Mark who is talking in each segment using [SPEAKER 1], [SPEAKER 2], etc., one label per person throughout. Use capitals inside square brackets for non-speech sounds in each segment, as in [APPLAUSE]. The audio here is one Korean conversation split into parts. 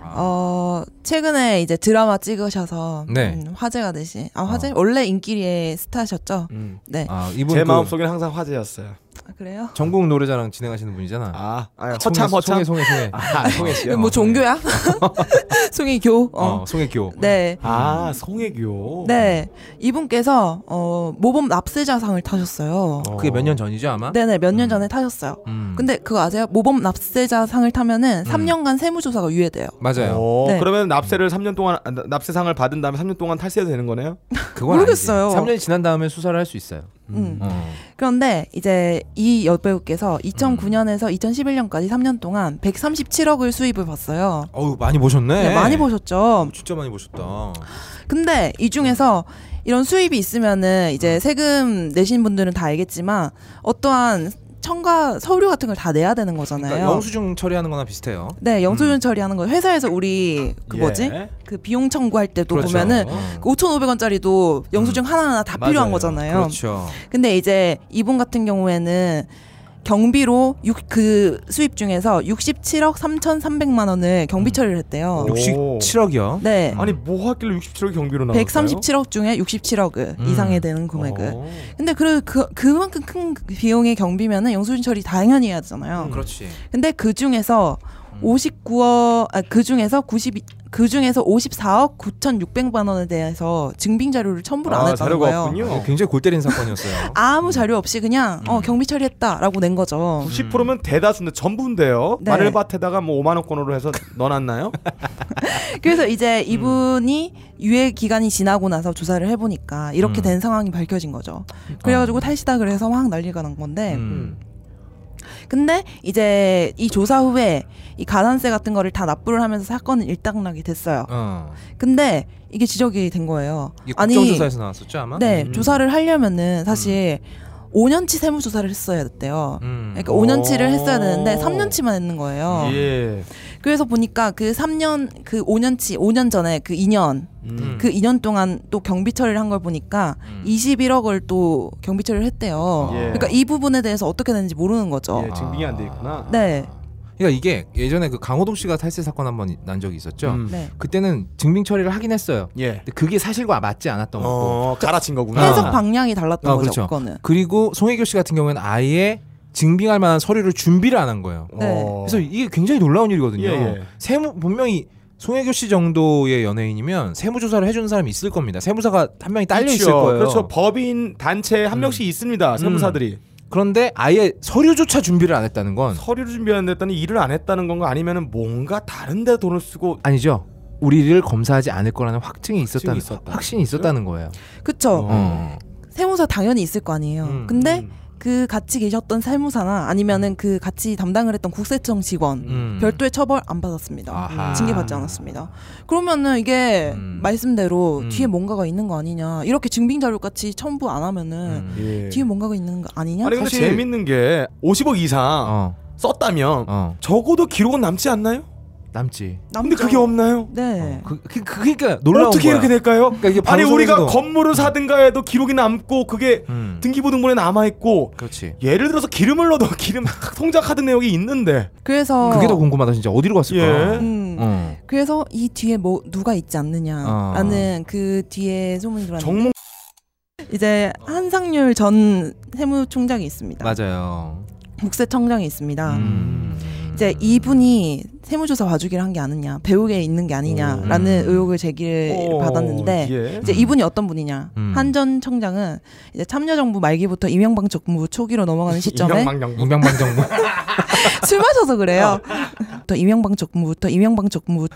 [SPEAKER 1] 어, 최근에 이제 드라마 찍으셔서
[SPEAKER 2] 네.
[SPEAKER 1] 음, 화제가 되신 아 화제
[SPEAKER 2] 어.
[SPEAKER 1] 원래 인기리에 스타셨죠?
[SPEAKER 3] 음.
[SPEAKER 1] 네.
[SPEAKER 2] 아 이분
[SPEAKER 3] 제
[SPEAKER 2] 그
[SPEAKER 3] 마음 속에는 항상 화제였어요.
[SPEAKER 1] 아, 그래요?
[SPEAKER 2] 전국 노래자랑 진행하시는 분이잖아.
[SPEAKER 3] 아, 아
[SPEAKER 2] 송혜-
[SPEAKER 3] 허참
[SPEAKER 2] 송혜
[SPEAKER 3] 허참.
[SPEAKER 2] 송혜 송혜.
[SPEAKER 3] 아, 송혜 씨요.
[SPEAKER 1] 뭐 종교야? [LAUGHS] 송이교.
[SPEAKER 2] 어,
[SPEAKER 1] 어.
[SPEAKER 2] 송혜교.
[SPEAKER 1] 네.
[SPEAKER 3] 아, 송혜교.
[SPEAKER 1] 네. 이분께서 어 모범 납세자상을 타셨어요.
[SPEAKER 2] 어, 그게 몇 년 전이죠 아마.
[SPEAKER 1] 네네 몇 년
[SPEAKER 2] 음.
[SPEAKER 1] 전에 타셨어요.
[SPEAKER 2] 음.
[SPEAKER 1] 근데 그거 아세요? 모범 납세자상을 타면은 3년간 세무조사가 유예돼요.
[SPEAKER 2] 맞아요.
[SPEAKER 3] 오,
[SPEAKER 1] 네.
[SPEAKER 3] 어, 그러면 납세를 3년 동안 아, 나- 납세상을 받은 다음에 3년 동안 탈세도 되는 거네요?
[SPEAKER 2] 그건
[SPEAKER 1] 모르겠어요.
[SPEAKER 2] 아니지. 3년이 지난 다음에 수사를 할 수 있어요.
[SPEAKER 1] 음.
[SPEAKER 2] 어.
[SPEAKER 1] 그런데 이제 이 여배우께서 2009년에서 2011년까지 3년 동안 137억을 수입을 봤어요.
[SPEAKER 2] 어우 많이 보셨네.
[SPEAKER 1] 네, 많이 보셨죠.
[SPEAKER 2] 진짜 많이 보셨다.
[SPEAKER 1] 근데 이 중에서 이런 수입이 있으면은
[SPEAKER 2] 음.
[SPEAKER 1] 이제 세금 내신 분들은 다 알겠지만 어떠한 청가 서류 같은 걸 다 내야 되는 거잖아요.
[SPEAKER 2] 그러니까 영수증 음. 처리하는 거나 비슷해요.
[SPEAKER 1] 네, 영수증 처리하는 거 회사에서 우리 그
[SPEAKER 3] 예.
[SPEAKER 1] 뭐지? 그 비용 청구할 때도
[SPEAKER 2] 그렇죠.
[SPEAKER 1] 보면은
[SPEAKER 2] 어.
[SPEAKER 1] 그 5,500원짜리도 영수증 하나하나 다 필요한
[SPEAKER 3] 맞아요.
[SPEAKER 1] 거잖아요.
[SPEAKER 2] 그렇죠.
[SPEAKER 1] 근데 이제 이분 같은 경우에는 경비로 육, 그 수입 중에서 67억 3,300만 원을 경비
[SPEAKER 2] 음.
[SPEAKER 1] 처리를 했대요.
[SPEAKER 3] 오.
[SPEAKER 2] 67억이요.
[SPEAKER 1] 네.
[SPEAKER 3] 아니, 뭐 하길래 67억 경비로 나왔어요?
[SPEAKER 1] 137억 중에 67억
[SPEAKER 2] 음.
[SPEAKER 1] 이상에 되는 금액을.
[SPEAKER 3] 어.
[SPEAKER 1] 근데 그, 그 그만큼 큰 비용의 경비면은 영수증 처리 당연히 해야
[SPEAKER 3] 음,
[SPEAKER 1] 되잖아요.
[SPEAKER 2] 음, 그렇지.
[SPEAKER 1] 근데 그 중에서
[SPEAKER 2] 음.
[SPEAKER 1] 59억 아그 중에서 92 그 중에서 54억 9,600만 원에 대해서 증빙 자료를 첨부를 안
[SPEAKER 3] 아,
[SPEAKER 1] 했다는
[SPEAKER 3] 자료가
[SPEAKER 1] 거예요.
[SPEAKER 3] 없군요. 음.
[SPEAKER 2] 굉장히 골 때린 사건이었어요.
[SPEAKER 1] [LAUGHS] 아무 자료 없이 그냥 어 경비 처리했다라고 낸 거죠.
[SPEAKER 3] 90%면 대다수인데 전부인데요.
[SPEAKER 1] 네.
[SPEAKER 3] 마늘밭에다가 뭐 5만 원권으로 해서 넣어놨나요?
[SPEAKER 1] 그래서 이제
[SPEAKER 3] 음.
[SPEAKER 1] 이분이 유예 기간이 지나고 나서 조사를 해보니까 이렇게
[SPEAKER 2] 음.
[SPEAKER 1] 된 상황이 밝혀진 거죠.
[SPEAKER 3] 그러니까.
[SPEAKER 1] 그래가지고 탈시닥을 해서 막 난리가 난 건데,
[SPEAKER 2] 음.
[SPEAKER 1] 근데 이제 이 조사 후에 이 가산세 같은 거를 다 납부를 하면서 사건은 일단락이 됐어요.
[SPEAKER 2] 어.
[SPEAKER 1] 근데 이게 지적이 된 거예요.
[SPEAKER 2] 이게 국정조사에서 나왔었죠 아마.
[SPEAKER 1] 네
[SPEAKER 3] 음.
[SPEAKER 1] 조사를 하려면은 사실 5년치 세무 조사를 했어야 됐대요.
[SPEAKER 2] 음.
[SPEAKER 1] 그러니까 5년치를 했어야 되는데
[SPEAKER 3] 오.
[SPEAKER 1] 3년치만 했는 거예요.
[SPEAKER 3] 예.
[SPEAKER 1] 그래서 보니까 그 3년, 그 5년치, 5년 전에 그 2년,
[SPEAKER 3] 음.
[SPEAKER 1] 그 2년 동안 또 경비 처리를 한 걸 보니까
[SPEAKER 2] 음.
[SPEAKER 1] 21억을 또 경비 처리를 했대요.
[SPEAKER 3] 예.
[SPEAKER 1] 그러니까 이 부분에 대해서 어떻게 되는지 모르는 거죠.
[SPEAKER 3] 예, 증빙이 안 돼 있구나.
[SPEAKER 1] 네.
[SPEAKER 2] 그러니까 이게 예전에 그 강호동 씨가 탈세 사건 한 번 난 적이 있었죠.
[SPEAKER 3] 음.
[SPEAKER 1] 네.
[SPEAKER 2] 그때는 증빙 처리를 하긴 했어요.
[SPEAKER 3] 예.
[SPEAKER 2] 근데 그게 사실과 맞지 않았던 거고.
[SPEAKER 3] 어, 갈아친 거구나.
[SPEAKER 1] 해석 방향이 달랐던
[SPEAKER 2] 아,
[SPEAKER 1] 거죠,
[SPEAKER 2] 그렇죠.
[SPEAKER 1] 그거는
[SPEAKER 2] 그리고 송혜교 씨 같은 경우에는 아예 증빙할 만한 서류를 준비를 안 한 거예요.
[SPEAKER 3] 어.
[SPEAKER 1] 네.
[SPEAKER 2] 그래서 이게 굉장히 놀라운 일이거든요.
[SPEAKER 3] 예, 예.
[SPEAKER 2] 세무 분명히 송혜교 씨 정도의 연예인이면 세무 조사를 해주는 사람이 있을 겁니다. 세무사가 한 명이 딸려
[SPEAKER 3] 그렇죠.
[SPEAKER 2] 있을 거예요.
[SPEAKER 3] 그렇죠. 법인 단체 한
[SPEAKER 2] 음.
[SPEAKER 3] 명씩 있습니다. 세무사들이
[SPEAKER 2] 그런데 아예 서류조차 준비를 안 했다는 건
[SPEAKER 3] 서류를 준비하는 데 했더니 일을 안 했다는 건가 아니면은 뭔가 다른데 돈을 쓰고
[SPEAKER 2] 아니죠. 우리를 검사하지 않을 거라는 확증이 있었다는
[SPEAKER 3] 있었다. 그렇죠.
[SPEAKER 2] 확신이 있었다는 거예요.
[SPEAKER 1] 그쵸.
[SPEAKER 2] 어.
[SPEAKER 1] 세무사 당연히 있을 거 아니에요.
[SPEAKER 2] 음,
[SPEAKER 1] 근데
[SPEAKER 3] 음.
[SPEAKER 1] 그 같이 계셨던 세무사나 아니면은 그 같이 담당을 했던 국세청 직원,
[SPEAKER 2] 음.
[SPEAKER 1] 별도의 처벌 안 받았습니다. 음,
[SPEAKER 2] 아하.
[SPEAKER 1] 징계받지 않았습니다. 그러면은 이게
[SPEAKER 2] 음.
[SPEAKER 1] 말씀대로
[SPEAKER 2] 음.
[SPEAKER 1] 뒤에 뭔가가 있는 거 아니냐. 이렇게 증빙 자료 같이 첨부 안 하면은
[SPEAKER 2] 음.
[SPEAKER 3] 예.
[SPEAKER 1] 뒤에 뭔가가 있는 거 아니냐?
[SPEAKER 3] 아니 근데
[SPEAKER 2] 사실-
[SPEAKER 3] 재밌는 게 50억 이상
[SPEAKER 2] 어.
[SPEAKER 3] 썼다면
[SPEAKER 2] 어.
[SPEAKER 3] 적어도 기록은 남지 않나요?
[SPEAKER 2] 남지.
[SPEAKER 3] 근데 그게 없나요?
[SPEAKER 1] 네.
[SPEAKER 2] 그, 그, 그니까 놀라운
[SPEAKER 3] 어떻게
[SPEAKER 2] 거야.
[SPEAKER 3] 이렇게 될까요?
[SPEAKER 2] 그러니까 이게
[SPEAKER 3] 아니 우리가
[SPEAKER 2] 방송에서도-
[SPEAKER 3] 건물을 사든가 해도 기록이 남고 그게
[SPEAKER 2] 음.
[SPEAKER 3] 등기부등본에 남아 있고
[SPEAKER 2] 그렇지.
[SPEAKER 3] 예를 들어서 기름을 넣어도 [LAUGHS] 기름 통장카드 내역이 있는데
[SPEAKER 1] 그래서
[SPEAKER 2] 그게 더 궁금하다 진짜 어디로 갔을까.
[SPEAKER 3] 어. 예.
[SPEAKER 1] 음,
[SPEAKER 2] 어.
[SPEAKER 1] 그래서 이 뒤에 뭐 누가 있지 않느냐라는
[SPEAKER 2] 어.
[SPEAKER 1] 그 뒤에 소문이 들어왔는데
[SPEAKER 3] 정몽
[SPEAKER 1] 이제 한상률 전 세무총장이 있습니다.
[SPEAKER 2] 맞아요.
[SPEAKER 1] 국세청장이 있습니다.
[SPEAKER 2] 음.
[SPEAKER 1] 아. 이제 이분이 세무조사 봐주기를 한 게 아니냐, 배우게 있는 게 아니냐라는
[SPEAKER 2] 음.
[SPEAKER 1] 의혹을 제기를
[SPEAKER 3] 어,
[SPEAKER 1] 네, 받았는데
[SPEAKER 3] 예.
[SPEAKER 1] 이제
[SPEAKER 2] 음.
[SPEAKER 1] 이분이 어떤 분이냐?
[SPEAKER 2] 음.
[SPEAKER 1] 한 전 청장은 이제 참여정부 말기부터 이명박 정부 초기로
[SPEAKER 2] [LAUGHS]
[SPEAKER 1] 넘어가는 시점에
[SPEAKER 3] 이명박 정부.
[SPEAKER 1] [LAUGHS]
[SPEAKER 2] 이명박 정부.
[SPEAKER 1] 술 마셔서
[SPEAKER 2] [LAUGHS]
[SPEAKER 1] 그래요.
[SPEAKER 2] 어.
[SPEAKER 1] 또 이명박 정부부터 이명박 정부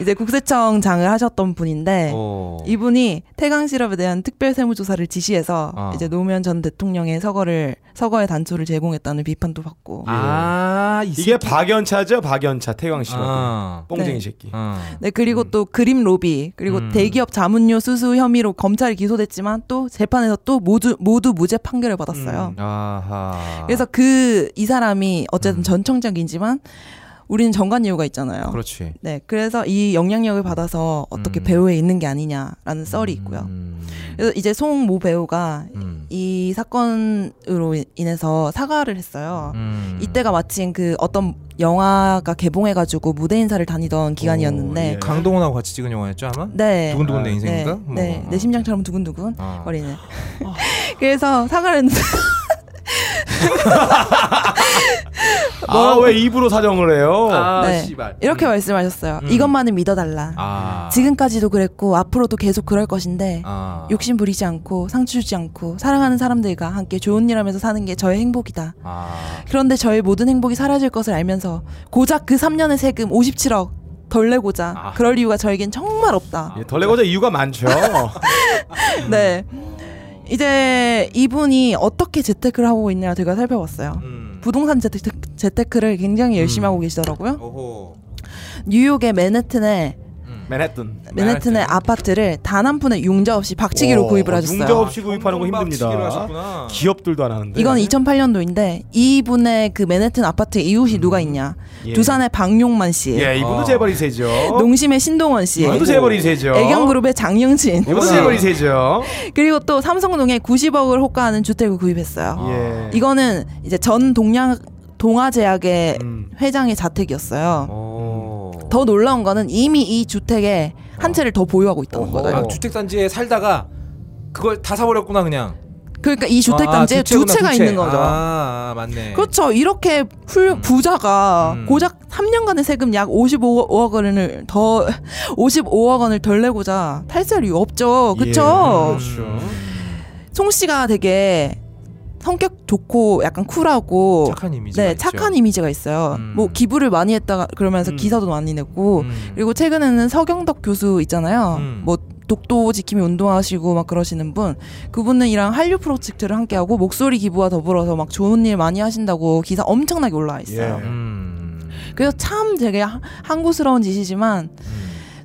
[SPEAKER 1] 이제 국세청장을 하셨던 분인데
[SPEAKER 2] 어.
[SPEAKER 1] 네. 이분이 태강 실업에 대한 특별 세무 조사를 지시해서
[SPEAKER 2] 아.
[SPEAKER 1] 이제 노무현 전 대통령의 서거를 서거의 단초를 제공했다는 비판도 받고
[SPEAKER 2] 아, 이
[SPEAKER 3] 이게
[SPEAKER 2] 새끼.
[SPEAKER 3] 박연차죠, 박연차 태광 [LAUGHS] 씨라고
[SPEAKER 2] 아.
[SPEAKER 1] 네.
[SPEAKER 3] 뽕쟁이 새끼.
[SPEAKER 2] 아.
[SPEAKER 1] 네 그리고 또 그림 로비 그리고
[SPEAKER 2] 음.
[SPEAKER 1] 대기업 자문료 수수 혐의로 검찰에 기소됐지만 또 재판에서 또 모두 모두 무죄 판결을 받았어요.
[SPEAKER 2] 음. 아하.
[SPEAKER 1] 그래서 그 이 사람이 어쨌든
[SPEAKER 2] 음.
[SPEAKER 1] 전 청장이지만 우리는 정관 예우가 있잖아요.
[SPEAKER 2] 그렇지.
[SPEAKER 1] 네, 그래서 이 영향력을 받아서 어떻게
[SPEAKER 2] 음.
[SPEAKER 1] 배우에 있는 게 아니냐라는 썰이 있고요.
[SPEAKER 2] 음.
[SPEAKER 1] 그래서 이제 송 모 배우가
[SPEAKER 2] 음.
[SPEAKER 1] 이 사건으로 인해서 사과를 했어요.
[SPEAKER 2] 음.
[SPEAKER 1] 이때가 마침 그 어떤 영화가 개봉해가지고 무대 인사를 다니던 기간이었는데
[SPEAKER 3] 오, 예.
[SPEAKER 2] 강동원하고 같이 찍은 영화였죠 아마?
[SPEAKER 1] 네.
[SPEAKER 2] 두근두근 내
[SPEAKER 3] 아,
[SPEAKER 1] 네,
[SPEAKER 2] 인생인가? 뭐.
[SPEAKER 1] 네, 내 심장처럼 두근두근
[SPEAKER 2] 아.
[SPEAKER 1] 거리는. [LAUGHS] 그래서 사과를 했는데
[SPEAKER 3] 아 왜 입으로 사정을 해요?
[SPEAKER 2] 아.
[SPEAKER 1] 네.
[SPEAKER 2] 씨발.
[SPEAKER 1] 이렇게 말씀하셨어요.
[SPEAKER 2] 음.
[SPEAKER 1] 이것만은 믿어달라.
[SPEAKER 2] 아.
[SPEAKER 1] 지금까지도 그랬고 앞으로도 계속 그럴 것인데
[SPEAKER 2] 아.
[SPEAKER 1] 욕심 부리지 않고 상처 주지 않고 사랑하는 사람들과 함께 좋은 일 하면서 사는 게 저의 행복이다.
[SPEAKER 2] 아.
[SPEAKER 1] 그런데 저의 모든 행복이 사라질 것을 알면서 고작 그 3년의 세금 57억 덜 내고자
[SPEAKER 2] 아.
[SPEAKER 1] 그럴 이유가 저에겐 정말 없다.
[SPEAKER 3] 예, 덜레고자 이유가 많죠. [LAUGHS]
[SPEAKER 1] 네. 이제 이분이 어떻게 재테크를 하고 있냐 제가 살펴봤어요.
[SPEAKER 2] 음.
[SPEAKER 1] 부동산 재테크, 재테크를 굉장히 열심히
[SPEAKER 2] 음.
[SPEAKER 1] 하고 계시더라고요.
[SPEAKER 2] 오호.
[SPEAKER 3] 음.
[SPEAKER 1] 뉴욕의 맨해튼에
[SPEAKER 2] 음.
[SPEAKER 3] 맨해튼.
[SPEAKER 1] 맨해튼의
[SPEAKER 2] 맨해튼.
[SPEAKER 1] 아파트를 단 한 푼의 용자 없이 박치기로
[SPEAKER 3] 오,
[SPEAKER 1] 구입을 하셨어요.
[SPEAKER 3] 용접 없이 구입하는 거
[SPEAKER 2] 아,
[SPEAKER 3] 힘듭니다.
[SPEAKER 2] 천박치기를 하셨구나.
[SPEAKER 3] 기업들도 안 하는데.
[SPEAKER 1] 이건 2008년도인데 이분의 그 맨해튼 아파트 이웃이 누가 있냐?
[SPEAKER 3] 예.
[SPEAKER 1] 두산의 박용만 씨,
[SPEAKER 3] 예, 아, 이분도
[SPEAKER 2] 어.
[SPEAKER 3] 재벌이 세죠.
[SPEAKER 1] 농심의 신동원 씨,
[SPEAKER 3] 이분도 재벌이 세죠.
[SPEAKER 1] 애경그룹의 장영진, [LAUGHS]
[SPEAKER 3] 이분도
[SPEAKER 2] 아.
[SPEAKER 3] 재벌이 세죠. 예.
[SPEAKER 1] 그리고 또 삼성동에 90억을 호가하는 주택을
[SPEAKER 2] 아,
[SPEAKER 1] 구입했어요.
[SPEAKER 3] 예.
[SPEAKER 2] 네.
[SPEAKER 1] 이거는 이제 전 동양 동아제약의
[SPEAKER 3] 음.
[SPEAKER 1] 회장의 자택이었어요.
[SPEAKER 2] 오.
[SPEAKER 1] 더 놀라운 거는 이미 이 주택에 한 채를 더 보유하고 있다는
[SPEAKER 3] 어허.
[SPEAKER 1] 거예요.
[SPEAKER 2] 아, 주택 단지에 살다가 그걸 다 사버렸구나 그냥.
[SPEAKER 1] 그러니까 이 주택 단지에
[SPEAKER 2] 아,
[SPEAKER 1] 두
[SPEAKER 2] 주택구나,
[SPEAKER 1] 채가
[SPEAKER 2] 두 채.
[SPEAKER 1] 있는 거죠.
[SPEAKER 2] 아, 아, 맞네.
[SPEAKER 1] 그렇죠. 이렇게 훌 부자가
[SPEAKER 2] 음.
[SPEAKER 1] 고작 3년간의 세금 약 55억 원을 더 [LAUGHS] 55억 원을 덜 내고자 탈세할 이유 없죠.
[SPEAKER 3] 예,
[SPEAKER 1] 그렇죠.
[SPEAKER 2] 음.
[SPEAKER 1] 송 씨가 되게 성격 좋고 약간 쿨하고
[SPEAKER 2] 착한 이미지.
[SPEAKER 1] 네, 착한 이미지가 있어요.
[SPEAKER 2] 음.
[SPEAKER 1] 뭐 기부를 많이 했다가 그러면서
[SPEAKER 3] 음.
[SPEAKER 1] 기사도 많이 냈고 그리고 최근에는 서경덕 교수 있잖아요.
[SPEAKER 2] 음.
[SPEAKER 1] 뭐 독도 지킴이 운동하시고 막 그러시는 분 그분은 이랑 한류 프로젝트를 함께 하고 목소리 기부와 더불어서 막 좋은 일 많이 하신다고 기사 엄청나게 올라와 있어요.
[SPEAKER 3] 예.
[SPEAKER 2] 음.
[SPEAKER 1] 그래서 참 되게 하- 항구스러운 짓이지만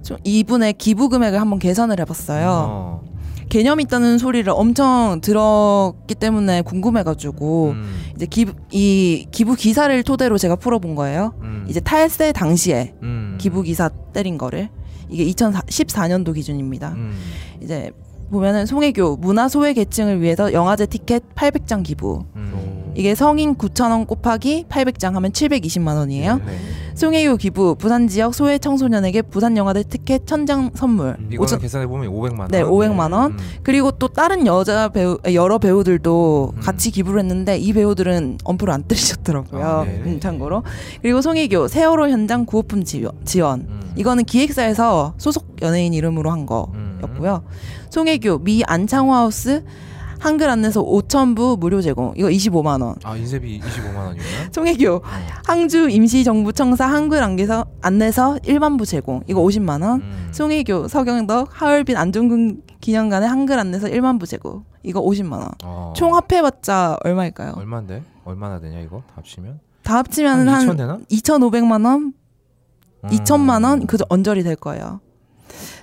[SPEAKER 1] 좀 이분의 기부 금액을 한번 계산을 해봤어요.
[SPEAKER 2] 어.
[SPEAKER 1] 개념 있다는 소리를 엄청 들었기 때문에 궁금해가지고
[SPEAKER 2] 음.
[SPEAKER 1] 이제 기부, 이 기부 기사를 토대로 제가 풀어본 거예요.
[SPEAKER 2] 음.
[SPEAKER 1] 이제 탈세 당시에
[SPEAKER 2] 음.
[SPEAKER 1] 기부 기사 때린 거를 이게 2014년도 기준입니다.
[SPEAKER 2] 음.
[SPEAKER 1] 이제 보면은 송혜교 문화 소외 계층을 위해서 영화제 티켓 800장 기부.
[SPEAKER 2] 음.
[SPEAKER 1] 이게 성인 9,000원 곱하기 800장 하면 720만 원이에요.
[SPEAKER 2] 네.
[SPEAKER 1] 송혜교 기부 부산 지역 소외 청소년에게 부산 영화제 티켓 1,000장 선물.
[SPEAKER 3] 음,
[SPEAKER 2] 이거는
[SPEAKER 1] 오천-
[SPEAKER 2] 계산해 보면 500만 원.
[SPEAKER 1] 네, 500만 원.
[SPEAKER 2] 음.
[SPEAKER 1] 그리고 또 다른 여자 배우 여러 배우들도
[SPEAKER 2] 음.
[SPEAKER 1] 같이 기부를 했는데 이 배우들은 엄포를 안 때리셨더라고요.
[SPEAKER 2] 아, 네.
[SPEAKER 1] 음, 참고로 그리고 송혜교 세월호 현장 구호품 지원. 지원.
[SPEAKER 2] 음.
[SPEAKER 1] 이거는 기획사에서 소속 연예인 이름으로 한
[SPEAKER 2] 음.
[SPEAKER 1] 거였고요. 송혜교 미 안창호하우스 한글 안내서 5천부 무료 제공. 이거 25만 원.
[SPEAKER 2] 아, 인쇄비 25만 원이구나.
[SPEAKER 1] 송혜교 항주 임시정부 청사 한글 안내서 안내서 1만부 제공. 이거 50만 원.
[SPEAKER 2] 음.
[SPEAKER 1] 송혜교 서경덕 하얼빈 안중근 기념관의 한글 안내서 1만부 제공. 이거 50만 원.
[SPEAKER 2] 어.
[SPEAKER 1] 총 합해봤자 얼마일까요?
[SPEAKER 2] 얼마인데? 얼마나 되냐 이거? 다 합치면?
[SPEAKER 1] 다 합치면
[SPEAKER 2] 한
[SPEAKER 1] 한
[SPEAKER 2] 2천 되나?
[SPEAKER 1] 2,500만 원,
[SPEAKER 2] 음.
[SPEAKER 1] 2천만 원 그저 언저리 될 거예요.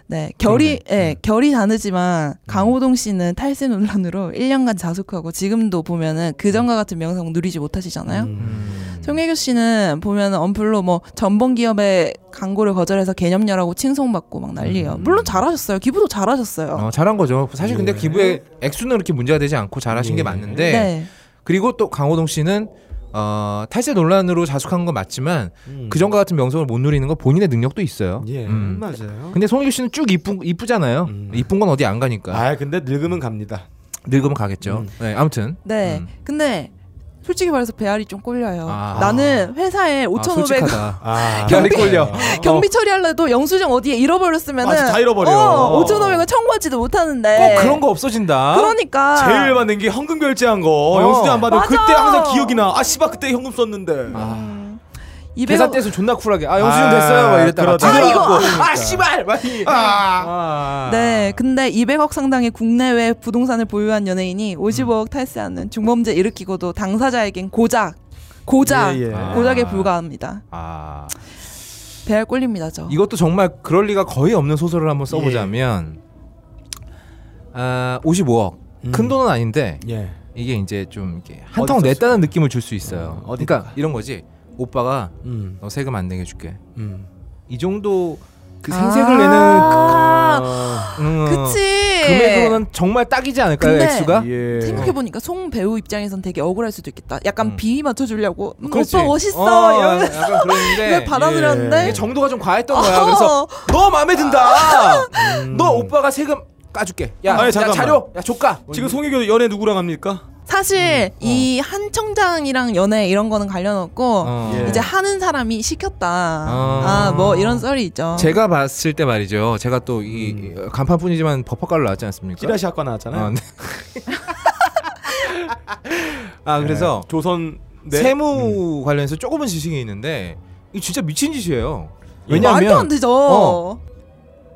[SPEAKER 1] 네, 결이 예,
[SPEAKER 2] 그러네. 음.
[SPEAKER 1] 결이 다르지만 강호동 씨는 탈세 논란으로 1년간 자숙하고 지금도 보면은 그전과 같은 명성 누리지 못하시잖아요.
[SPEAKER 2] 음.
[SPEAKER 1] 송혜교 씨는 보면은 언플로 뭐 전범 기업의 광고를 거절해서 개념녀라고 칭송받고 막 난리예요.
[SPEAKER 2] 음.
[SPEAKER 1] 물론 잘하셨어요. 기부도 잘하셨어요.
[SPEAKER 2] 어, 잘한 거죠. 사실 근데
[SPEAKER 3] 예.
[SPEAKER 2] 기부의 액수는 그렇게 문제가 되지 않고 잘하신
[SPEAKER 3] 예.
[SPEAKER 2] 게 맞는데
[SPEAKER 1] 네.
[SPEAKER 2] 그리고 또 강호동 씨는 어, 탈세 논란으로 자숙한 건 맞지만 그전과 같은 명성을 못 누리는 건 본인의 능력도 있어요.
[SPEAKER 3] 음. 예,
[SPEAKER 2] 음.
[SPEAKER 3] 맞아요.
[SPEAKER 2] 근데 송혜교 씨는 쭉 이쁘, 이쁘잖아요.
[SPEAKER 3] 음.
[SPEAKER 2] 이쁜 건 어디 안 가니까
[SPEAKER 3] 아, 근데 늙으면 갑니다.
[SPEAKER 2] 늙으면 가겠죠.
[SPEAKER 3] 음.
[SPEAKER 2] 네, 아무튼
[SPEAKER 1] 네.
[SPEAKER 2] 음.
[SPEAKER 1] 근데 솔직히 말해서 배알이 좀 꼴려요.
[SPEAKER 2] 아.
[SPEAKER 1] 나는 회사에
[SPEAKER 2] 아,
[SPEAKER 1] 5,500 [LAUGHS]
[SPEAKER 2] 솔직하다. 어,
[SPEAKER 3] 아,
[SPEAKER 1] 경비-
[SPEAKER 3] 머리 꼴려.
[SPEAKER 1] 경비 처리하려도 영수증 어디에 잃어버렸으면은
[SPEAKER 3] 맞아, 다 잃어버려.
[SPEAKER 1] 어, 5,500원 청구하지도 못하는데.
[SPEAKER 2] 꼭 그런 거 없어진다.
[SPEAKER 1] 네. 그러니까
[SPEAKER 3] 제일 받는 게 현금 결제한 거.
[SPEAKER 2] 어.
[SPEAKER 3] 영수증 안 받으면
[SPEAKER 1] 맞아.
[SPEAKER 3] 그때 항상 기억이 나. 아, 씨발 그때 현금 썼는데.
[SPEAKER 2] 아,
[SPEAKER 1] 200원
[SPEAKER 2] 계산 떼서 존나 쿨하게 아 영수증
[SPEAKER 3] 아,
[SPEAKER 2] 됐어요 막 이랬다가
[SPEAKER 3] 그러다.
[SPEAKER 1] 아, 이거-
[SPEAKER 2] 뒤돌아갖고,
[SPEAKER 3] 그러니까.
[SPEAKER 2] 아 씨발 막 이- 아.
[SPEAKER 1] 네, 근데 200억 상당의 국내외 부동산을 보유한 연예인이
[SPEAKER 2] 음.
[SPEAKER 1] 50억 탈세하는 중범죄 일으키고도 당사자에겐 고작 고작
[SPEAKER 3] 예, 예.
[SPEAKER 1] 고작에
[SPEAKER 2] 아.
[SPEAKER 1] 불과합니다.
[SPEAKER 2] 아
[SPEAKER 1] 배알 꼴립니다, 저.
[SPEAKER 2] 이것도 정말 그럴 리가 거의 없는 소설을 한번 써보자면 아 55억
[SPEAKER 3] 음.
[SPEAKER 2] 큰 돈은 아닌데
[SPEAKER 3] 예.
[SPEAKER 2] 이게 이제 좀 이렇게
[SPEAKER 3] 어디
[SPEAKER 2] 한턱
[SPEAKER 3] 썼을까?
[SPEAKER 2] 냈다는 느낌을 줄 수 있어요.
[SPEAKER 3] 어, 어디
[SPEAKER 2] 그러니까 이런 거지 오빠가
[SPEAKER 3] 음.
[SPEAKER 2] 너 세금 안 내게 줄게.
[SPEAKER 3] 음.
[SPEAKER 2] 이 정도 그
[SPEAKER 1] 아.
[SPEAKER 2] 생색을
[SPEAKER 1] 아.
[SPEAKER 2] 내는 그, 음,
[SPEAKER 1] 그치.
[SPEAKER 2] 금액으로는 정말 딱이지 않을까요?
[SPEAKER 1] 근데
[SPEAKER 2] 액수가?
[SPEAKER 3] 예.
[SPEAKER 1] 생각해 보니까 송 배우 입장에선 되게 억울할 수도 있겠다. 약간
[SPEAKER 2] 네. 음.
[SPEAKER 1] 비위 맞춰주려고 음,
[SPEAKER 2] 그렇지.
[SPEAKER 1] 오빠 멋있어
[SPEAKER 2] 어,
[SPEAKER 1] 이러면서
[SPEAKER 2] 약간
[SPEAKER 1] [LAUGHS]
[SPEAKER 2] 그런데
[SPEAKER 1] 이걸 받아들였는데
[SPEAKER 2] 이게 정도가 좀 과했던 거야. 그래서 너 마음에 든다. 너 오빠가 세금 까줄게. 야,
[SPEAKER 3] 아니,
[SPEAKER 2] 야
[SPEAKER 3] 잠깐만.
[SPEAKER 2] 자료, 야 조까.
[SPEAKER 3] 지금 송혜교 연애 누구랑 합니까?
[SPEAKER 2] 음, 어.
[SPEAKER 1] 사실 이 한청장이랑 연애 이런 거는 관련 없고
[SPEAKER 2] 어.
[SPEAKER 3] 예.
[SPEAKER 1] 이제 하는 사람이 시켰다.
[SPEAKER 2] 아.
[SPEAKER 1] 아 뭐 이런 썰이 있죠.
[SPEAKER 2] 제가 봤을 때 말이죠. 제가 또 이 간판뿐이지만 버퍼가로 나왔지 않습니까?
[SPEAKER 3] 음. 찌라시 학과 나왔잖아요. [LAUGHS]
[SPEAKER 2] 아, 네. 아 그래서
[SPEAKER 3] 네. 조선 네.
[SPEAKER 2] 세무 관련해서 조금은 지식이 있는데 이게 진짜 미친 짓이에요.
[SPEAKER 3] 예.
[SPEAKER 1] 말도 안
[SPEAKER 2] 왜냐하면
[SPEAKER 1] 되죠.
[SPEAKER 2] 어.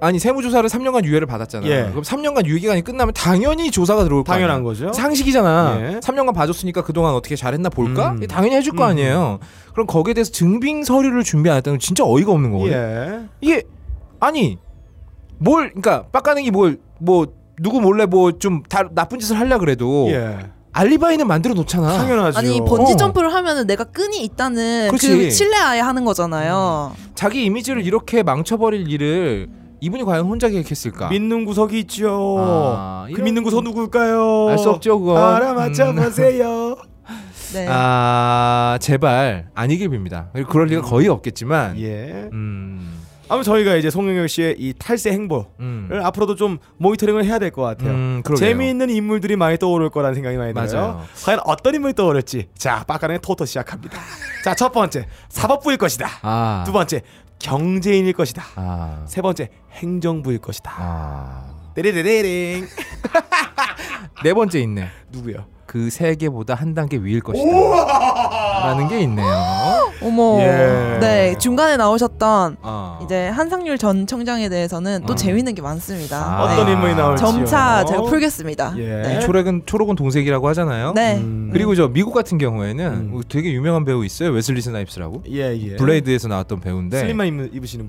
[SPEAKER 2] 아니 세무 조사를 3년간 유예를 받았잖아요.
[SPEAKER 3] 예.
[SPEAKER 2] 그럼 3년간 유예 기간이 끝나면 당연히 조사가 들어올 거 아니에요.
[SPEAKER 3] 당연한 거죠.
[SPEAKER 2] 상식이잖아.
[SPEAKER 3] 예.
[SPEAKER 2] 3년간 봐줬으니까 그동안 어떻게 잘했나 볼까?
[SPEAKER 3] 음.
[SPEAKER 2] 당연히 해줄 거
[SPEAKER 3] 음.
[SPEAKER 2] 아니에요. 그럼 거기에 대해서 증빙 서류를 준비 안 했다는 건 진짜 어이가 없는 거거든요.
[SPEAKER 3] 예.
[SPEAKER 2] 이게 아니 뭘 그러니까 빡가능이 뭘 뭐 누구 몰래 뭐 좀 나쁜 짓을 하려 그래도
[SPEAKER 3] 예.
[SPEAKER 2] 알리바이는 만들어 놓잖아.
[SPEAKER 3] 당연하죠.
[SPEAKER 1] 아니 번지
[SPEAKER 2] 어.
[SPEAKER 1] 점프를 하면은 내가 끈이 있다는 그
[SPEAKER 2] 그렇지. 음.
[SPEAKER 1] 신뢰하에 하는 거잖아요.
[SPEAKER 2] 자기 이미지를 이렇게 망쳐버릴 일을 이분이 과연 혼자 계획했을까?
[SPEAKER 3] 어, 믿는 구석이 있죠.
[SPEAKER 2] 아,
[SPEAKER 3] 그
[SPEAKER 2] 이런-
[SPEAKER 3] 믿는 구석 누굴까요?
[SPEAKER 2] 알수 없죠 그건.
[SPEAKER 3] 알아 맞춰
[SPEAKER 2] 음. [LAUGHS]
[SPEAKER 3] 보세요.
[SPEAKER 1] 네.
[SPEAKER 2] 아 제발 아니길 빕니다. 그리고 그럴 리가 거의 없겠지만.
[SPEAKER 3] 예.
[SPEAKER 2] 음.
[SPEAKER 3] 아무 저희가 이제 송영혁 씨의 이 탈세 행보를
[SPEAKER 2] 음.
[SPEAKER 3] 앞으로도 좀 모니터링을 해야 될 것 같아요.
[SPEAKER 2] 음, 그러게요.
[SPEAKER 3] 재미있는 인물들이 많이 떠오를 거라는 생각이 많이 들어요.
[SPEAKER 2] 맞아요.
[SPEAKER 3] 과연 어떤 인물이 떠오를지. 자, 빡가는 토토 시작합니다. 자, 첫 번째 사법부일 것이다.
[SPEAKER 2] 아.
[SPEAKER 3] 두 번째 경제인일 것이다.
[SPEAKER 2] 아.
[SPEAKER 3] 세 번째 행정부일 것이다.
[SPEAKER 2] 아.
[SPEAKER 3] 데레데레링
[SPEAKER 2] 네 번째 있네.
[SPEAKER 3] 누구요?
[SPEAKER 2] 그 세 개보다 한 단계 위일 것이다. 라는 게
[SPEAKER 3] [GASPS]
[SPEAKER 2] 있네요.
[SPEAKER 1] 어머.
[SPEAKER 3] 예.
[SPEAKER 1] 네 중간에 나오셨던
[SPEAKER 2] 어.
[SPEAKER 1] 이제 한상률 전 청장에 대해서는 또
[SPEAKER 2] 음.
[SPEAKER 1] 재밌는 게 많습니다.
[SPEAKER 2] 아.
[SPEAKER 3] 어떤
[SPEAKER 1] 네.
[SPEAKER 3] 인물이 나올지요?
[SPEAKER 1] 점차 제가 풀겠습니다.
[SPEAKER 3] 예.
[SPEAKER 2] 이
[SPEAKER 1] 네.
[SPEAKER 2] 초록은 초록은 동색이라고 하잖아요.
[SPEAKER 1] 네.
[SPEAKER 3] 음.
[SPEAKER 2] 그리고 저 미국 같은 경우에는 뭐
[SPEAKER 3] 음.
[SPEAKER 2] 되게 유명한 배우 있어요. 웨슬리 스나이프스라고.
[SPEAKER 3] 예, 예.
[SPEAKER 2] 블레이드에서 네. 나왔던 배우인데
[SPEAKER 3] 슬림만 입, 입으시는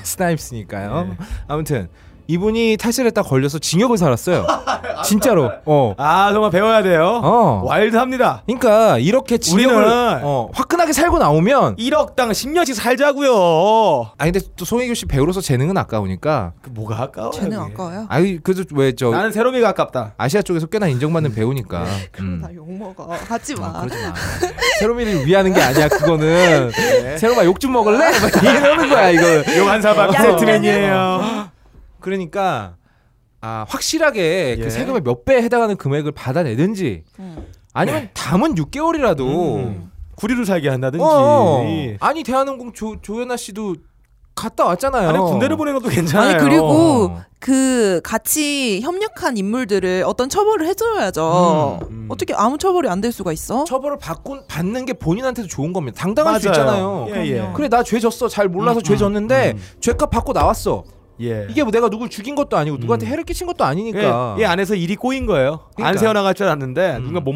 [SPEAKER 2] [LAUGHS] 스나이프스니까요.
[SPEAKER 3] 네.
[SPEAKER 2] 아무튼 이분이 탈세했다 걸려서 징역을
[SPEAKER 3] [LAUGHS]
[SPEAKER 2] 살았어요. 진짜로. 어.
[SPEAKER 3] 아 정말 배워야 돼요.
[SPEAKER 2] 어.
[SPEAKER 3] 와일드합니다.
[SPEAKER 2] 그러니까 이렇게 징역을
[SPEAKER 3] 우리는-
[SPEAKER 2] 어, 화끈하게 살고 나오면
[SPEAKER 3] 1억당 10년씩 살자고요.
[SPEAKER 2] 아니 근데 또 송혜교 씨 배우로서 재능은 아까우니까
[SPEAKER 3] 그 뭐가 아까워?
[SPEAKER 1] 재능
[SPEAKER 2] 예.
[SPEAKER 1] 아까워요.
[SPEAKER 2] 아니 그래도 왜 저
[SPEAKER 3] 나는 네, 새로미가 아깝다.
[SPEAKER 2] 아시아 쪽에서 꽤나 인정받는 배우니까. 음.
[SPEAKER 1] 나 욕 먹어. 하지
[SPEAKER 2] 어,
[SPEAKER 3] 아.
[SPEAKER 1] 마.
[SPEAKER 2] 그러지 마. 세로미를 위하는 게 아니야. 그거는
[SPEAKER 3] [LAUGHS] 네.
[SPEAKER 2] 세로마 욕 좀 먹을래? 막 이러는 거야 이거.
[SPEAKER 3] 요한사박
[SPEAKER 1] 야,
[SPEAKER 3] 세트맨이에요.
[SPEAKER 2] 그러니까 아 확실하게
[SPEAKER 3] 예.
[SPEAKER 2] 그 세금의 몇 배에 해당하는 금액을 받아내든지
[SPEAKER 1] 음.
[SPEAKER 2] 아니면 담은 6개월이라도
[SPEAKER 3] 네. 음. 구리로 살게 한다든지.
[SPEAKER 2] 어,
[SPEAKER 3] 아니
[SPEAKER 2] 아니 대한항공 조, 조연아 씨도 갔다 어. 왔잖아요.
[SPEAKER 3] 군대를 보낸 것도 괜찮아요.
[SPEAKER 1] 아니 그리고
[SPEAKER 2] 어.
[SPEAKER 1] 그 같이 협력한 인물들을 어떤 처벌을 해줘야죠.
[SPEAKER 3] 음, 음.
[SPEAKER 1] 어떻게 아무 처벌이 안 될 수가 있어?
[SPEAKER 2] 처벌을 받고 받는 게 본인한테도 좋은 겁니다. 당당할 수
[SPEAKER 3] 맞아요.
[SPEAKER 2] 있잖아요.
[SPEAKER 3] 예, 예.
[SPEAKER 1] 그럼요.
[SPEAKER 2] 그래 나 죄 졌어 잘 몰라서
[SPEAKER 3] 음,
[SPEAKER 2] 죄
[SPEAKER 3] 음,
[SPEAKER 2] 졌는데
[SPEAKER 3] 음.
[SPEAKER 2] 죄값 받고 나왔어.
[SPEAKER 3] 예.
[SPEAKER 2] 이게 뭐 내가 누굴 죽인 것도 아니고 누구한테
[SPEAKER 3] 음.
[SPEAKER 2] 해를 끼친 것도 아니니까.
[SPEAKER 3] 그러니까. 예, 안에서 일이 꼬인 거예요. 안
[SPEAKER 2] 그러니까.
[SPEAKER 3] 세워나갈 줄 알았는데
[SPEAKER 2] 음.
[SPEAKER 3] 누군가 못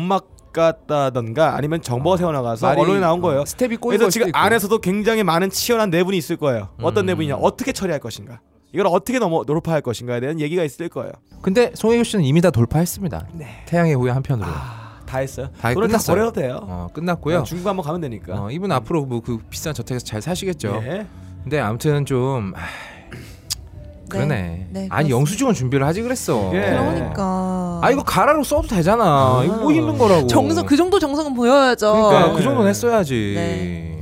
[SPEAKER 3] 막았다던가 아니면 정보가 세워나가서
[SPEAKER 2] 말이-
[SPEAKER 3] 언론에 나온 거예요.
[SPEAKER 2] 어, 스텝이 꼬인
[SPEAKER 3] 그래서
[SPEAKER 2] 걸 수도
[SPEAKER 3] 지금
[SPEAKER 2] 있고.
[SPEAKER 3] 안에서도 굉장히 많은 치열한 내분이 있을 거예요. 어떤
[SPEAKER 2] 음.
[SPEAKER 3] 내분이냐, 어떻게 처리할 것인가, 이걸 어떻게 넘어 돌파할 것인가에 대한 얘기가 있을 거예요.
[SPEAKER 2] 근데 송혜교 씨는 이미 다 돌파했습니다.
[SPEAKER 3] 네.
[SPEAKER 2] 태양의 후예 한 편으로.
[SPEAKER 3] 아, 다 했어요.
[SPEAKER 2] 다
[SPEAKER 3] 돈을 다
[SPEAKER 2] 끝났어요.
[SPEAKER 3] 버려도 돼요.
[SPEAKER 2] 어, 끝났고요.
[SPEAKER 3] 중국 한번 가면 되니까.
[SPEAKER 2] 어, 이분 앞으로 뭐 그 비싼 저택에서 잘 사시겠죠.
[SPEAKER 3] 예.
[SPEAKER 2] 근데 아무튼 좀 아, 그러네.
[SPEAKER 1] 네, 그렇습니다.
[SPEAKER 2] 아니 영수증은 준비를 하지 그랬어.
[SPEAKER 3] 예.
[SPEAKER 1] 그러니까.
[SPEAKER 2] 아 이거 가라로 써도 되잖아.
[SPEAKER 3] 아.
[SPEAKER 2] 이거 뭐 있는 거라고.
[SPEAKER 1] 정성 그 정도 정성은 보여야죠.
[SPEAKER 2] 그러니까
[SPEAKER 3] 어.
[SPEAKER 2] 그 정도는 했어야지.
[SPEAKER 1] 네.